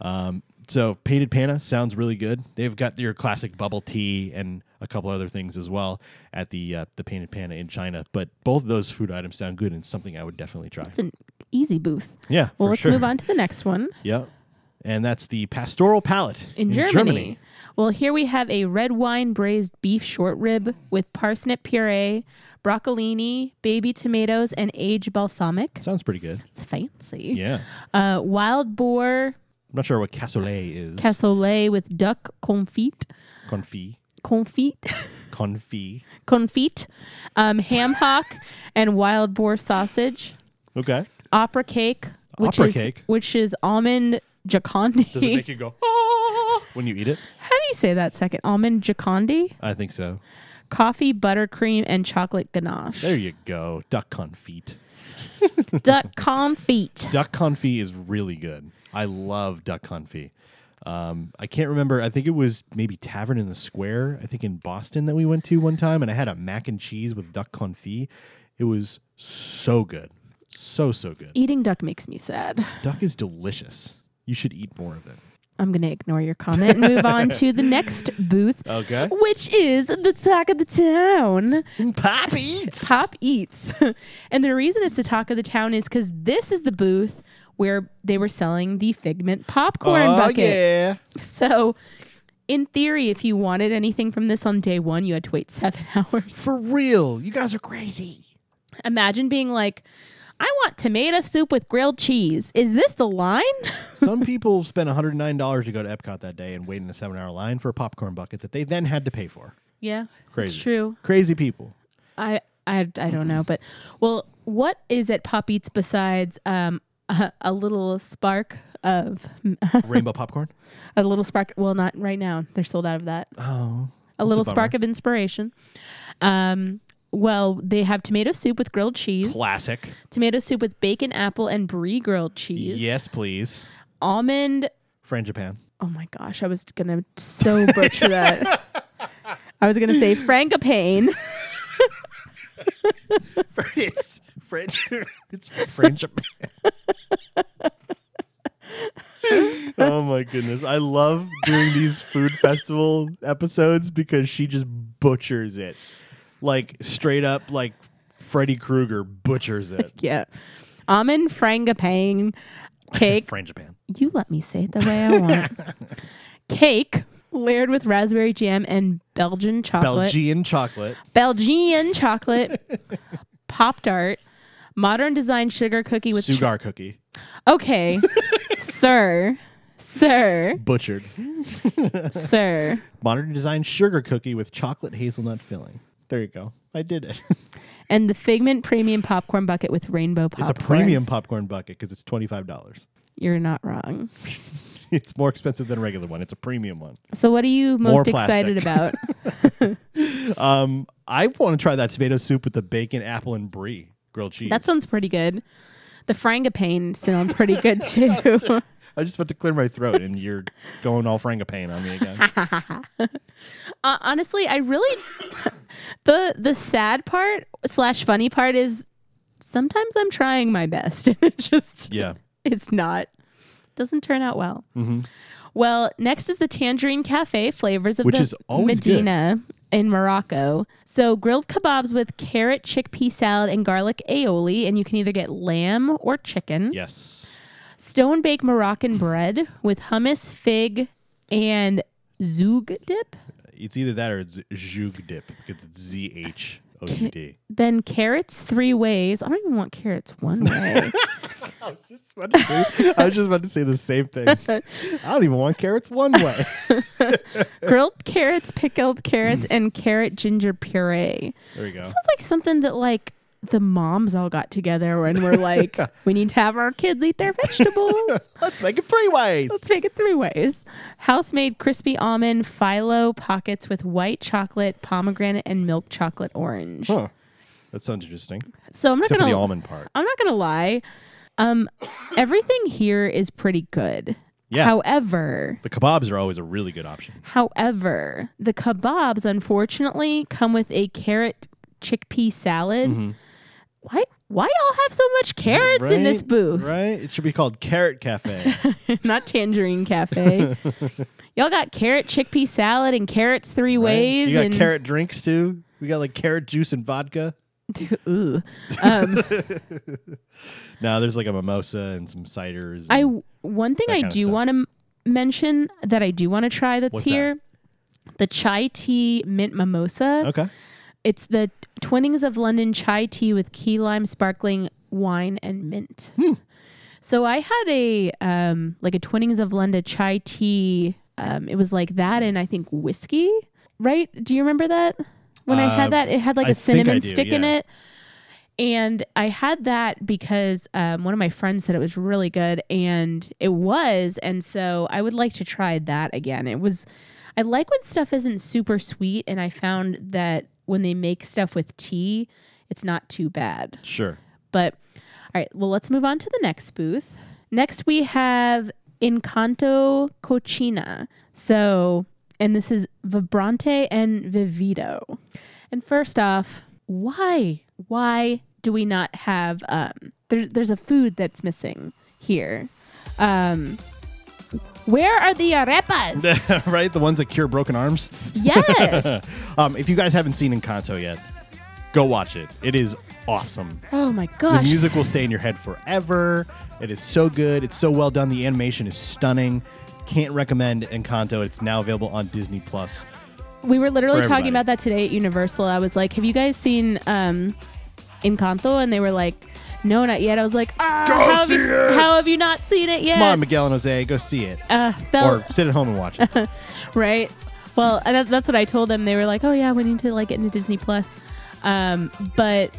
Speaker 1: Um, so painted panna sounds really good. They've got your classic bubble tea and a couple other things as well at the uh, the painted panna in China. But both of those food items sound good and something I would definitely try.
Speaker 2: It's an easy booth.
Speaker 1: Yeah,
Speaker 2: Well,
Speaker 1: for
Speaker 2: let's
Speaker 1: sure.
Speaker 2: move on to the next one.
Speaker 1: Yeah, and that's the pastoral palate
Speaker 2: in, Germany. Well, here we have a red wine braised beef short rib with parsnip puree, broccolini, baby tomatoes, and aged balsamic.
Speaker 1: Sounds pretty good.
Speaker 2: It's fancy.
Speaker 1: Yeah,
Speaker 2: Uh, wild boar
Speaker 1: I'm not sure what cassoulet is.
Speaker 2: cassoulet with duck confit,
Speaker 1: confit,
Speaker 2: confit,
Speaker 1: confit.
Speaker 2: confit, um, ham hock, and wild boar sausage.
Speaker 1: Okay.
Speaker 2: Opera cake, which
Speaker 1: Opera
Speaker 2: is
Speaker 1: cake?
Speaker 2: which is almond jacondi.
Speaker 1: Does it make you go "Ah," when you eat it?
Speaker 2: How do you say that second? Almond jacondi,
Speaker 1: I think so.
Speaker 2: coffee buttercream, and chocolate ganache.
Speaker 1: There you go. Duck confit.
Speaker 2: duck confit.
Speaker 1: Duck confit is really good. I love duck confit. Um, I can't remember. I think it was maybe Tavern in the Square, I think in Boston that we went to one time, and I had a mac and cheese with duck confit. It was so good. So, so good.
Speaker 2: Eating duck makes me sad.
Speaker 1: Duck is delicious. You should eat more of it.
Speaker 2: I'm going to ignore your comment and move on to the next booth,
Speaker 1: Okay.
Speaker 2: which is the talk of the town.
Speaker 1: Pop eats.
Speaker 2: Pop Eats. and the reason it's the talk of the town is because this is the booth where they were selling the Figment popcorn
Speaker 1: Oh,
Speaker 2: bucket.
Speaker 1: yeah.
Speaker 2: So, in theory, if you wanted anything from this on day one, you had to wait seven hours.
Speaker 1: For real. You guys are crazy.
Speaker 2: Imagine being like, I want tomato soup with grilled cheese. Is this the line?
Speaker 1: Some people spent $109 to go to Epcot that day and wait in a seven hour line for a popcorn bucket that they then had to pay for.
Speaker 2: yeah.
Speaker 1: Crazy.
Speaker 2: It's true.
Speaker 1: Crazy people.
Speaker 2: I I, I don't know, but well, what is at Pop Eats besides um a, a little spark of
Speaker 1: Rainbow popcorn?
Speaker 2: a little spark? Well, not right now. They're sold out of that.
Speaker 1: Oh.
Speaker 2: a little
Speaker 1: bummer.
Speaker 2: spark of inspiration. Um, well, they have tomato soup with grilled cheese,
Speaker 1: Classic.
Speaker 2: tomato soup with bacon, apple, and brie grilled cheese,
Speaker 1: Yes, please.
Speaker 2: almond.
Speaker 1: Frangipan.
Speaker 2: Oh my gosh, I was gonna so butcher that. I was gonna say frankopane.
Speaker 1: it's French. It's Frangipan. oh my goodness. I love doing these food festival episodes because she just butchers it. Like straight up like Freddy Krueger butchers it.
Speaker 2: yeah, almond frangipane cake.
Speaker 1: Frangipan.
Speaker 2: you let me say it the way I want. Cake layered with raspberry jam and Belgian chocolate.
Speaker 1: Belgian chocolate.
Speaker 2: Belgian chocolate. Pop Tart. Modern design sugar cookie with.
Speaker 1: Sugar cookie.
Speaker 2: cho- okay. sir. Sir.
Speaker 1: Butchered.
Speaker 2: Sir.
Speaker 1: Modern design sugar cookie with chocolate hazelnut filling. There you go. I did it.
Speaker 2: And the Figment premium popcorn bucket with rainbow
Speaker 1: It's
Speaker 2: popcorn.
Speaker 1: a premium popcorn bucket because it's twenty five dollars.
Speaker 2: You're not wrong.
Speaker 1: It's more expensive than a regular one. It's a premium one.
Speaker 2: So, what are you
Speaker 1: More
Speaker 2: most excited
Speaker 1: plastic.
Speaker 2: about?
Speaker 1: Um, I want to try that tomato soup with the bacon, apple, and brie grilled cheese.
Speaker 2: that sounds pretty good. The frangipane sounds pretty good too.
Speaker 1: I just about to clear my throat, and you're going all frangipane on me again.
Speaker 2: uh, honestly, I really the the sad part slash funny part is sometimes I'm trying my best and it just
Speaker 1: yeah.
Speaker 2: it's not doesn't turn out well.
Speaker 1: Mm-hmm.
Speaker 2: Well, next is the Tangerine Cafe flavors of
Speaker 1: Which
Speaker 2: the
Speaker 1: is always good.
Speaker 2: Medina in Morocco. So grilled kebabs with carrot chickpea salad and garlic aioli, and you can either get lamb or chicken.
Speaker 1: Yes.
Speaker 2: Stone baked Moroccan bread with hummus, fig, and zoug dip.
Speaker 1: It's either that or it's zhug dip because it's Z H O U D.
Speaker 2: Then carrots three ways. I don't even want carrots one way.
Speaker 1: I was just about to say- I was just about to say the same thing. I don't even want carrots one way.
Speaker 2: Grilled carrots, pickled carrots, and carrot ginger puree.
Speaker 1: There you go.
Speaker 2: It's like something that like the moms all got together when we're like, we need to have our kids eat their vegetables.
Speaker 1: Let's make it three ways.
Speaker 2: Let's make it three ways. House made crispy almond phyllo pockets with white chocolate, pomegranate, and milk chocolate orange.
Speaker 1: Huh. That sounds interesting.
Speaker 2: So I'm not
Speaker 1: Except for
Speaker 2: gonna
Speaker 1: the almond part.
Speaker 2: I'm not gonna lie. Um, everything here is pretty good.
Speaker 1: Yeah.
Speaker 2: However,
Speaker 1: The kebabs are always a really good option.
Speaker 2: however, the kebabs unfortunately come with a carrot chickpea salad.
Speaker 1: Mm-hmm.
Speaker 2: Why? Why y'all have so much carrots in this
Speaker 1: Right?
Speaker 2: booth?
Speaker 1: Right? It should be called Carrot Cafe.
Speaker 2: not Tangerine Cafe. y'all got carrot chickpea salad and carrots three
Speaker 1: right?
Speaker 2: ways.
Speaker 1: You got
Speaker 2: and
Speaker 1: carrot drinks too. We got like carrot juice and vodka.
Speaker 2: Ooh. Um,
Speaker 1: Now there's like a mimosa and some ciders.
Speaker 2: I
Speaker 1: and-
Speaker 2: one thing I
Speaker 1: kinda
Speaker 2: do
Speaker 1: stuff.
Speaker 2: want to m- mention that I do want to try that's
Speaker 1: What's that?
Speaker 2: here. The chai tea mint mimosa.
Speaker 1: okay.
Speaker 2: It's the Twinnings of London chai tea with key lime sparkling wine and mint. So I had a um like a Twinnings of London chai tea. Um, it was like that and I think whiskey, right? Do you remember that? When I
Speaker 1: Uh,
Speaker 2: had that, it had like
Speaker 1: I
Speaker 2: a
Speaker 1: think I
Speaker 2: cinnamon
Speaker 1: do,
Speaker 2: stick in
Speaker 1: yeah.
Speaker 2: it. And I had that because um, one of my friends said it was really good, and it was. And so I would like to try that again. It was, I like when stuff isn't super sweet, and I found that when they make stuff with tea, it's not too bad.
Speaker 1: Sure.
Speaker 2: But all right, well, let's move on to the next booth. Next, we have Encanto Cochina. So, and this is Vibrante and Vivito. And first off, why? Why do we not have, um, there, there's a food that's missing here. Um, where are the arepas?
Speaker 1: right? The ones that cure broken arms.
Speaker 2: yes.
Speaker 1: Um, if you guys haven't seen Encanto yet, go watch it. It is awesome.
Speaker 2: Oh my
Speaker 1: The
Speaker 2: gosh.
Speaker 1: music will stay in your head forever. It is so good. It's so well done. The animation is stunning. Can't recommend Encanto. It's now available on Disney Plus.
Speaker 2: We were literally
Speaker 1: for
Speaker 2: talking
Speaker 1: everybody.
Speaker 2: about that today at Universal. I was like, "Have you guys seen um, Encanto?" And they were like, "No, not yet." I was like, "Ah, how, have
Speaker 1: see
Speaker 2: you,
Speaker 1: it!"
Speaker 2: how have you not seen it yet?"
Speaker 1: Come on, Miguel and Jose, go see it.
Speaker 2: uh,
Speaker 1: or
Speaker 2: felt,
Speaker 1: sit at home and watch it.
Speaker 2: right? Well, and that, that's what I told them. They were like, "Oh yeah, we need to like get into Disney Plus." Um, but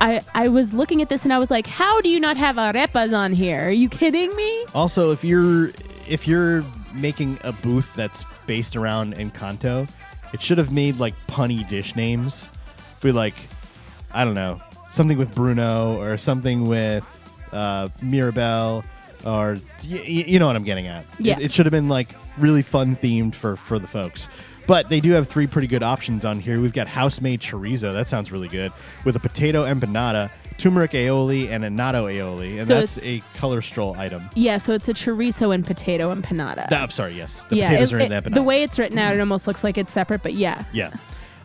Speaker 2: I I was looking at this and I was like, "How do you not have arepas on here? Are you kidding me?"
Speaker 1: Also, if you're if you're making a booth that's based around Encanto, It should have made like punny dish names. Be like, I don't know, something with Bruno or something with uh, Mirabelle or y- y- you know what I'm getting at.
Speaker 2: Yeah.
Speaker 1: It, it should have been like really fun themed for for the folks. But they do have three pretty good options on here. We've got house made chorizo. That sounds really good with a potato empanada, turmeric aioli, and a natto aioli, and
Speaker 2: So
Speaker 1: that's
Speaker 2: it's-
Speaker 1: a color stroll item.
Speaker 2: Yeah, so it's a chorizo and potato empanada.
Speaker 1: That- I'm sorry. Yes, the
Speaker 2: yeah,
Speaker 1: potatoes
Speaker 2: it-
Speaker 1: are in
Speaker 2: it-
Speaker 1: the empanada.
Speaker 2: the way it's written out, it almost looks like it's separate, but yeah.
Speaker 1: Yeah.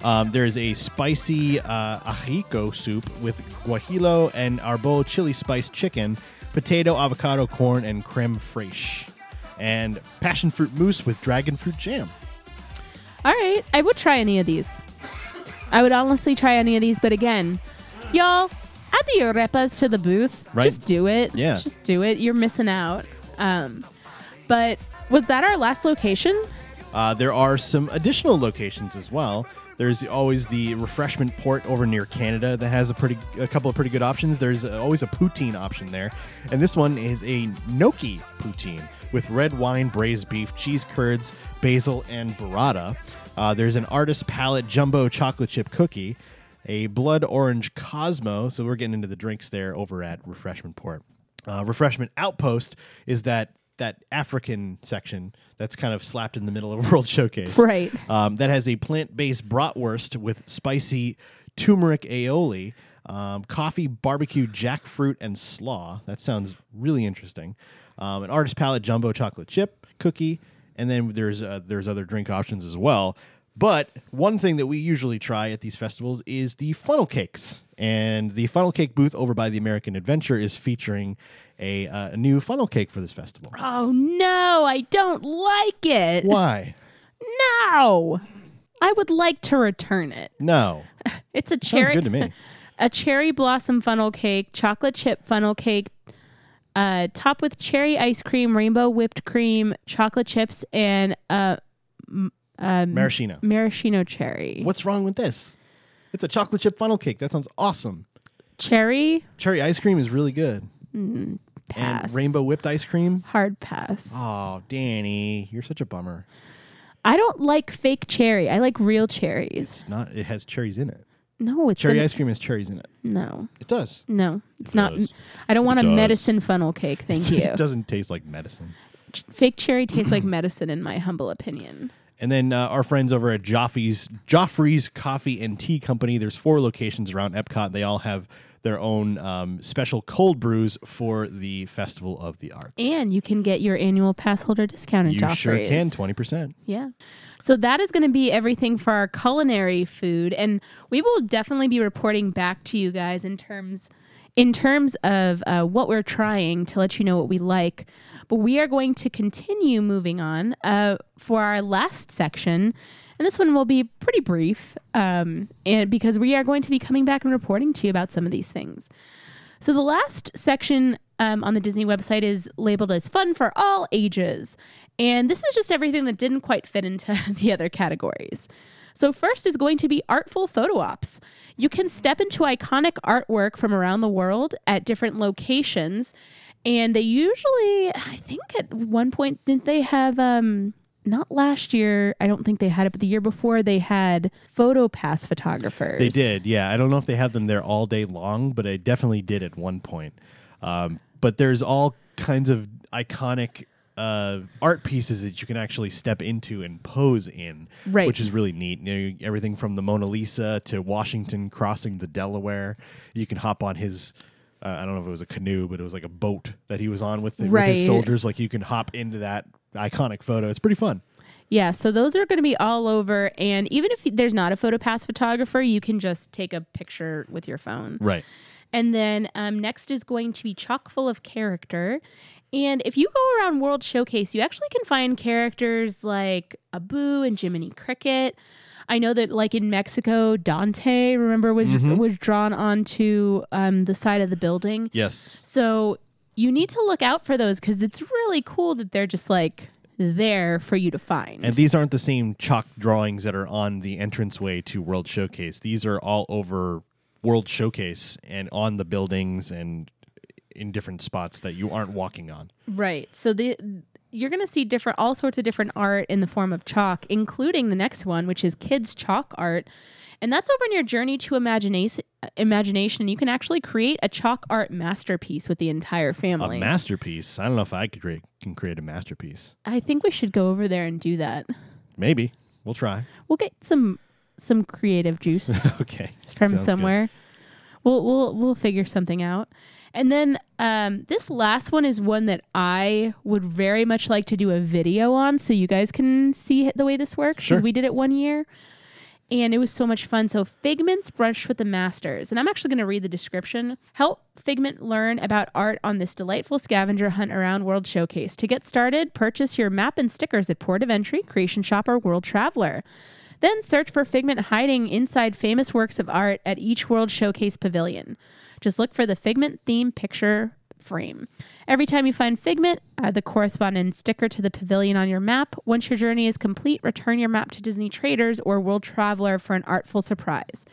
Speaker 1: Um, there's a spicy uh, ajico soup with guajillo and arbol chili spiced chicken, potato, avocado, corn, and creme fraiche. And passion fruit mousse with dragon fruit jam.
Speaker 2: All right, I would try any of these. I would honestly try any of these, but again, y'all, add the arepas to the booth.
Speaker 1: Right.
Speaker 2: Just do it.
Speaker 1: Yeah.
Speaker 2: Just do it. You're missing out. Um, but was that our last location?
Speaker 1: Uh, there are some additional locations as well. There's always the refreshment port over near Canada that has a pretty a couple of pretty good options. There's always a poutine option there, and this one is a gnocchi poutine with red wine, braised beef, cheese curds, basil, and burrata. Uh, there's an artist palette jumbo chocolate chip cookie, a blood orange Cosmo. So we're getting into the drinks there over at Refreshment Port. Uh, refreshment Outpost is that that African section that's kind of slapped in the middle of World Showcase.
Speaker 2: Right.
Speaker 1: Um, that has a plant based bratwurst with spicy turmeric aioli, um, coffee, barbecue, jackfruit, and slaw. That sounds really interesting. Um, an artist palette jumbo chocolate chip cookie, and then there's uh, there's other drink options as well. But one thing that we usually try at these festivals is the funnel cakes. And the funnel cake booth over by the American Adventure is featuring a, uh, a new funnel cake for this festival.
Speaker 2: Oh no, I don't like it.
Speaker 1: Why?
Speaker 2: No. I would like to return it.
Speaker 1: No.
Speaker 2: It's a
Speaker 1: Sounds
Speaker 2: cherry
Speaker 1: good to me.
Speaker 2: a cherry blossom funnel cake, chocolate chip funnel cake, uh, topped with cherry ice cream, rainbow whipped cream, chocolate chips, and uh,
Speaker 1: Maraschino.
Speaker 2: maraschino cherry.
Speaker 1: What's wrong with this? It's a chocolate chip funnel cake. That sounds awesome.
Speaker 2: Cherry
Speaker 1: Cherry ice cream is really good.
Speaker 2: Mm-hmm. pass.
Speaker 1: And rainbow whipped ice cream.
Speaker 2: hard pass.
Speaker 1: Oh, Danny, you're such a bummer.
Speaker 2: I don't like fake cherry. I like real cherries.
Speaker 1: It's not. It has cherries in it.
Speaker 2: No, it's
Speaker 1: Cherry
Speaker 2: gonna-
Speaker 1: ice cream has cherries in it.
Speaker 2: No,
Speaker 1: It does.
Speaker 2: no, it's not.
Speaker 1: does.
Speaker 2: I don't want a
Speaker 1: does.
Speaker 2: medicine funnel cake. Thank you.
Speaker 1: it doesn't taste like medicine.
Speaker 2: Ch- Fake cherry tastes like medicine, in my humble opinion.
Speaker 1: And then uh, our friends over at Joffrey's Joffrey's Coffee and Tea Company. There's four locations around Epcot. They all have their own um, special cold brews for the Festival of the Arts.
Speaker 2: And you can get your annual pass holder discount at
Speaker 1: you
Speaker 2: Joffrey's.
Speaker 1: sure can twenty percent.
Speaker 2: Yeah. So that is going to be everything for our culinary food and we will definitely be reporting back to you guys in terms in terms of uh, what we're trying to let you know what we like. But we are going to continue moving on uh, for our last section. And this one will be pretty brief um, and because we are going to be coming back and reporting to you about some of these things. So the last section um, on the Disney website is labeled as fun for all ages. And this is just everything that didn't quite fit into the other categories. So, first is going to be artful photo ops. You can step into iconic artwork from around the world at different locations. And they usually, I think at one point, didn't they have, um, not last year, I don't think they had it, but the year before they had photo pass photographers.
Speaker 1: They did, yeah. I don't know if they have them there all day long, but I definitely did at one point. Um, but there's all kinds of iconic uh, art pieces that you can actually step into and pose in,
Speaker 2: Right.
Speaker 1: which is really neat. You know, everything from the Mona Lisa to Washington crossing the Delaware. You can hop on his. Uh, I don't know if it was a canoe, but it was like a boat that he was on with, with
Speaker 2: Right.
Speaker 1: his soldiers. Like you can hop into that iconic photo. It's pretty fun.
Speaker 2: Yeah, so those are going to be all over. And even if there's not a PhotoPass photographer, you can just take a picture with your phone.
Speaker 1: Right.
Speaker 2: And then um, next is going to be chock full of character. And if you go around World Showcase, you actually can find characters like Abu and Jiminy Cricket. I know that, like in Mexico, Dante, remember, was was drawn onto um, the side of the building.
Speaker 1: Yes.
Speaker 2: So you need to look out for those because it's really cool that they're just like there for you to find.
Speaker 1: And these aren't the same chalk drawings that are on the entranceway to World Showcase. These are all over World Showcase and on the buildings and in different spots that you aren't walking on.
Speaker 2: Right. So the you're going to see different all sorts of different art in the form of chalk, including the next one, which is kids chalk art. And that's over in your journey to imagination. Imagination. You can actually create a chalk art masterpiece with the entire
Speaker 1: A
Speaker 2: family.
Speaker 1: masterpiece. I don't know if I could create, can create a masterpiece.
Speaker 2: I think we should go over there and do that.
Speaker 1: Maybe we'll try.
Speaker 2: We'll get some some creative juice.
Speaker 1: Okay.
Speaker 2: from
Speaker 1: Sounds good.
Speaker 2: somewhere. We'll we'll we'll figure something out. And then um, this last one is one that I would very much like to do a video on, so you guys can see the way this works. Because
Speaker 1: Sure.
Speaker 2: we did it one year, and it was so much fun. So Figment's Brush with the Masters, and I'm actually going to read the description. Help Figment learn about art on this delightful scavenger hunt around World Showcase. To get started, purchase your map and stickers at Port of Entry, Creation Shop, or World Traveler. Then search for Figment hiding inside famous works of art at each World Showcase pavilion. Just look for the Figment theme picture frame. Every time you find Figment, add the corresponding sticker to the pavilion on your map. Once your journey is complete, return your map to Disney Traders or World Traveler for an artful surprise.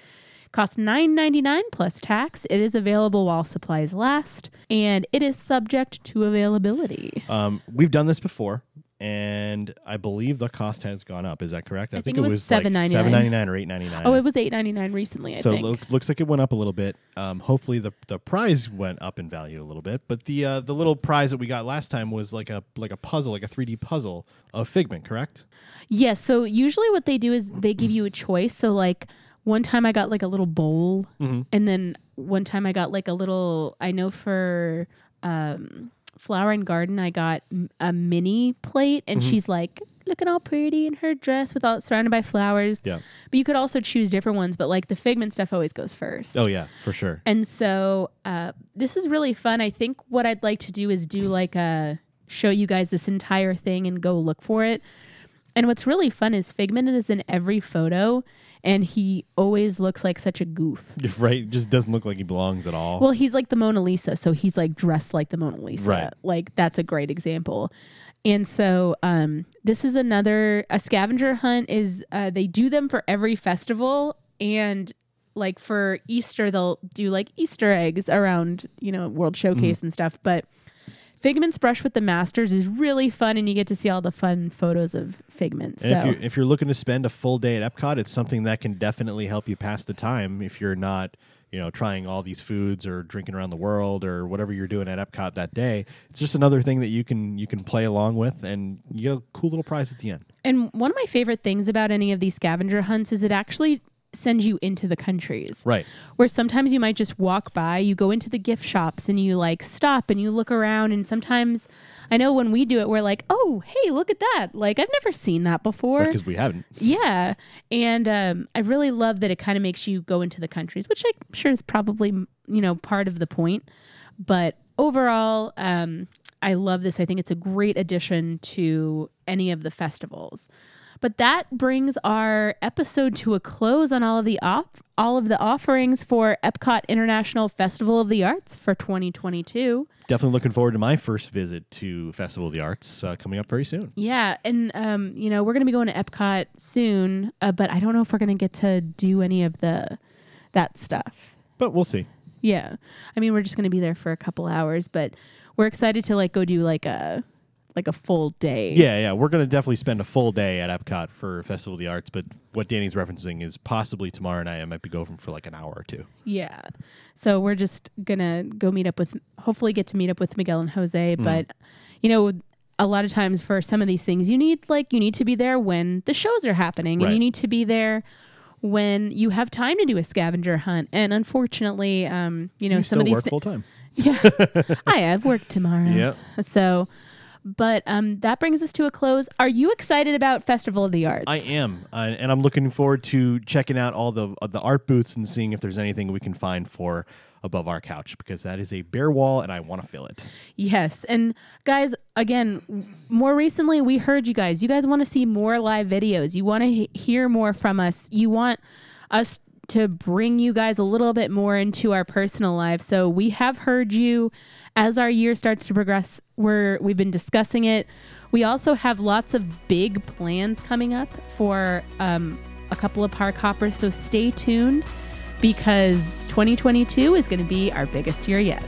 Speaker 2: Costs $9.99 plus tax. It is available while supplies last, and it is subject to availability.
Speaker 1: Um, we've done this before, and I believe the cost has gone up. Is that correct? I,
Speaker 2: think it was $7.99.
Speaker 1: seven ninety nine or eight ninety nine.
Speaker 2: Oh, it was $8.99 recently, I
Speaker 1: so it
Speaker 2: think.
Speaker 1: look, looks like it went up a little bit. Um, hopefully the the prize went up in value a little bit, but the uh, the little prize that we got last time was like a like a puzzle, like a three D puzzle of Figment, correct?
Speaker 2: Yes. so usually what they do is they give you a choice. So like one time I got like a little bowl,
Speaker 1: Mm-hmm.
Speaker 2: and then one time I got like a little. I know for um, flower and garden I got m- a mini plate, and
Speaker 1: Mm-hmm.
Speaker 2: she's like looking all pretty in her dress with all surrounded by flowers.
Speaker 1: Yeah.
Speaker 2: But you could also choose different ones, but like the figment stuff always goes first.
Speaker 1: Oh yeah, for sure.
Speaker 2: And so uh, this is really fun. I think what I'd like to do is do like a show you guys this entire thing and go look for it. And what's really fun is Figment is in every photo and he always looks like such a goof.
Speaker 1: right, just doesn't look like he belongs at all.
Speaker 2: Well, he's like the Mona Lisa, so he's like dressed like the Mona Lisa.
Speaker 1: Right.
Speaker 2: Like that's a great example. And so um, this is another a scavenger hunt is uh, they do them for every festival and like for Easter they'll do like Easter eggs around you know World Showcase
Speaker 1: Mm-hmm.
Speaker 2: and stuff, but. Figment's brush with the masters is really fun, and you get to see all the fun photos of Figment.
Speaker 1: and if
Speaker 2: so
Speaker 1: you if you're looking to spend a full day at Epcot, it's something that can definitely help you pass the time if you're not you know trying all these foods or drinking around the world or whatever you're doing at Epcot that day. It's just another thing that you can you can play along with, and you get a cool little prize at the end.
Speaker 2: And one of my favorite things about any of these scavenger hunts is it actually sends you into the countries.
Speaker 1: Right.
Speaker 2: Where sometimes you might just walk by, you go into the gift shops and you like stop and you look around. And sometimes I know when we do it, we're like, oh, hey, look at that. Like, I've never seen that before.
Speaker 1: Because we haven't.
Speaker 2: Yeah. And um, I really love that it kind of makes you go into the countries, which I'm sure is probably, m- you know, part of the point. But overall, um, I love this. I think it's a great addition to any of the festivals. But that brings our episode to a close on all of the op- all of the offerings for Epcot International Festival of the Arts for 2022.
Speaker 1: Definitely looking forward to my first visit to Festival of the Arts uh, coming up very soon.
Speaker 2: Yeah, and um, you know we're gonna be going to Epcot soon, uh, but I don't know if we're gonna get to do any of the that stuff.
Speaker 1: But we'll see.
Speaker 2: Yeah, I mean we're just gonna be there for a couple hours, but we're excited to like go do like a like a full day.
Speaker 1: Yeah, yeah, we're gonna definitely spend a full day at Epcot for Festival of the Arts. But what Danny's referencing is possibly tomorrow night. I might be going for like an hour or two.
Speaker 2: Yeah. So we're just gonna go meet up with hopefully get to meet up with Miguel and
Speaker 1: Mm-hmm.
Speaker 2: Jose, but you know, a lot of times for some of these things you need like you need to be there when the shows are happening and you
Speaker 1: Right.
Speaker 2: need to be there when you have time to do a scavenger hunt. And unfortunately, um, you know,
Speaker 1: You still
Speaker 2: some of these
Speaker 1: work
Speaker 2: thi-
Speaker 1: full time.
Speaker 2: I have work tomorrow.
Speaker 1: Yep.
Speaker 2: So but um that brings us to a close. Are you excited about Festival of the Arts?
Speaker 1: I am, uh, and I'm looking forward to checking out all the uh, the art booths and seeing if there's anything we can find for above our couch because that is a bare wall, and I want to fill it.
Speaker 2: Yes. And guys, again, w- more recently we heard you guys. You guys want to see more live videos. You want to he- hear more from us. You want us to bring you guys a little bit more into our personal lives. So we have heard you as our year starts to progress. We're we've been discussing it. We also have lots of big plans coming up for um, a couple of park hoppers. So stay tuned because 2022 is going to be our biggest year yet.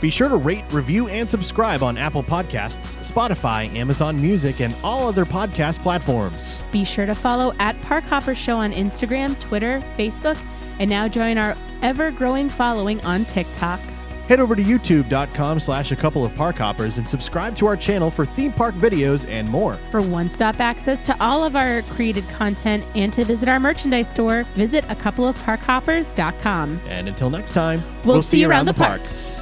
Speaker 1: Be sure to rate, review, and subscribe on Apple Podcasts, Spotify, Amazon Music, and all other podcast platforms.
Speaker 2: Be sure to follow at Park Hopper Show on Instagram, Twitter, Facebook, and now join our ever growing following on TikTok.
Speaker 1: Head over to youtube.com slash a couple of park hoppers and subscribe to our channel for theme park videos and more.
Speaker 2: For one stop access to all of our created content and to visit our merchandise store, visit a couple of parkhoppers.com.
Speaker 1: And until next time,
Speaker 2: We'll see you around the parks.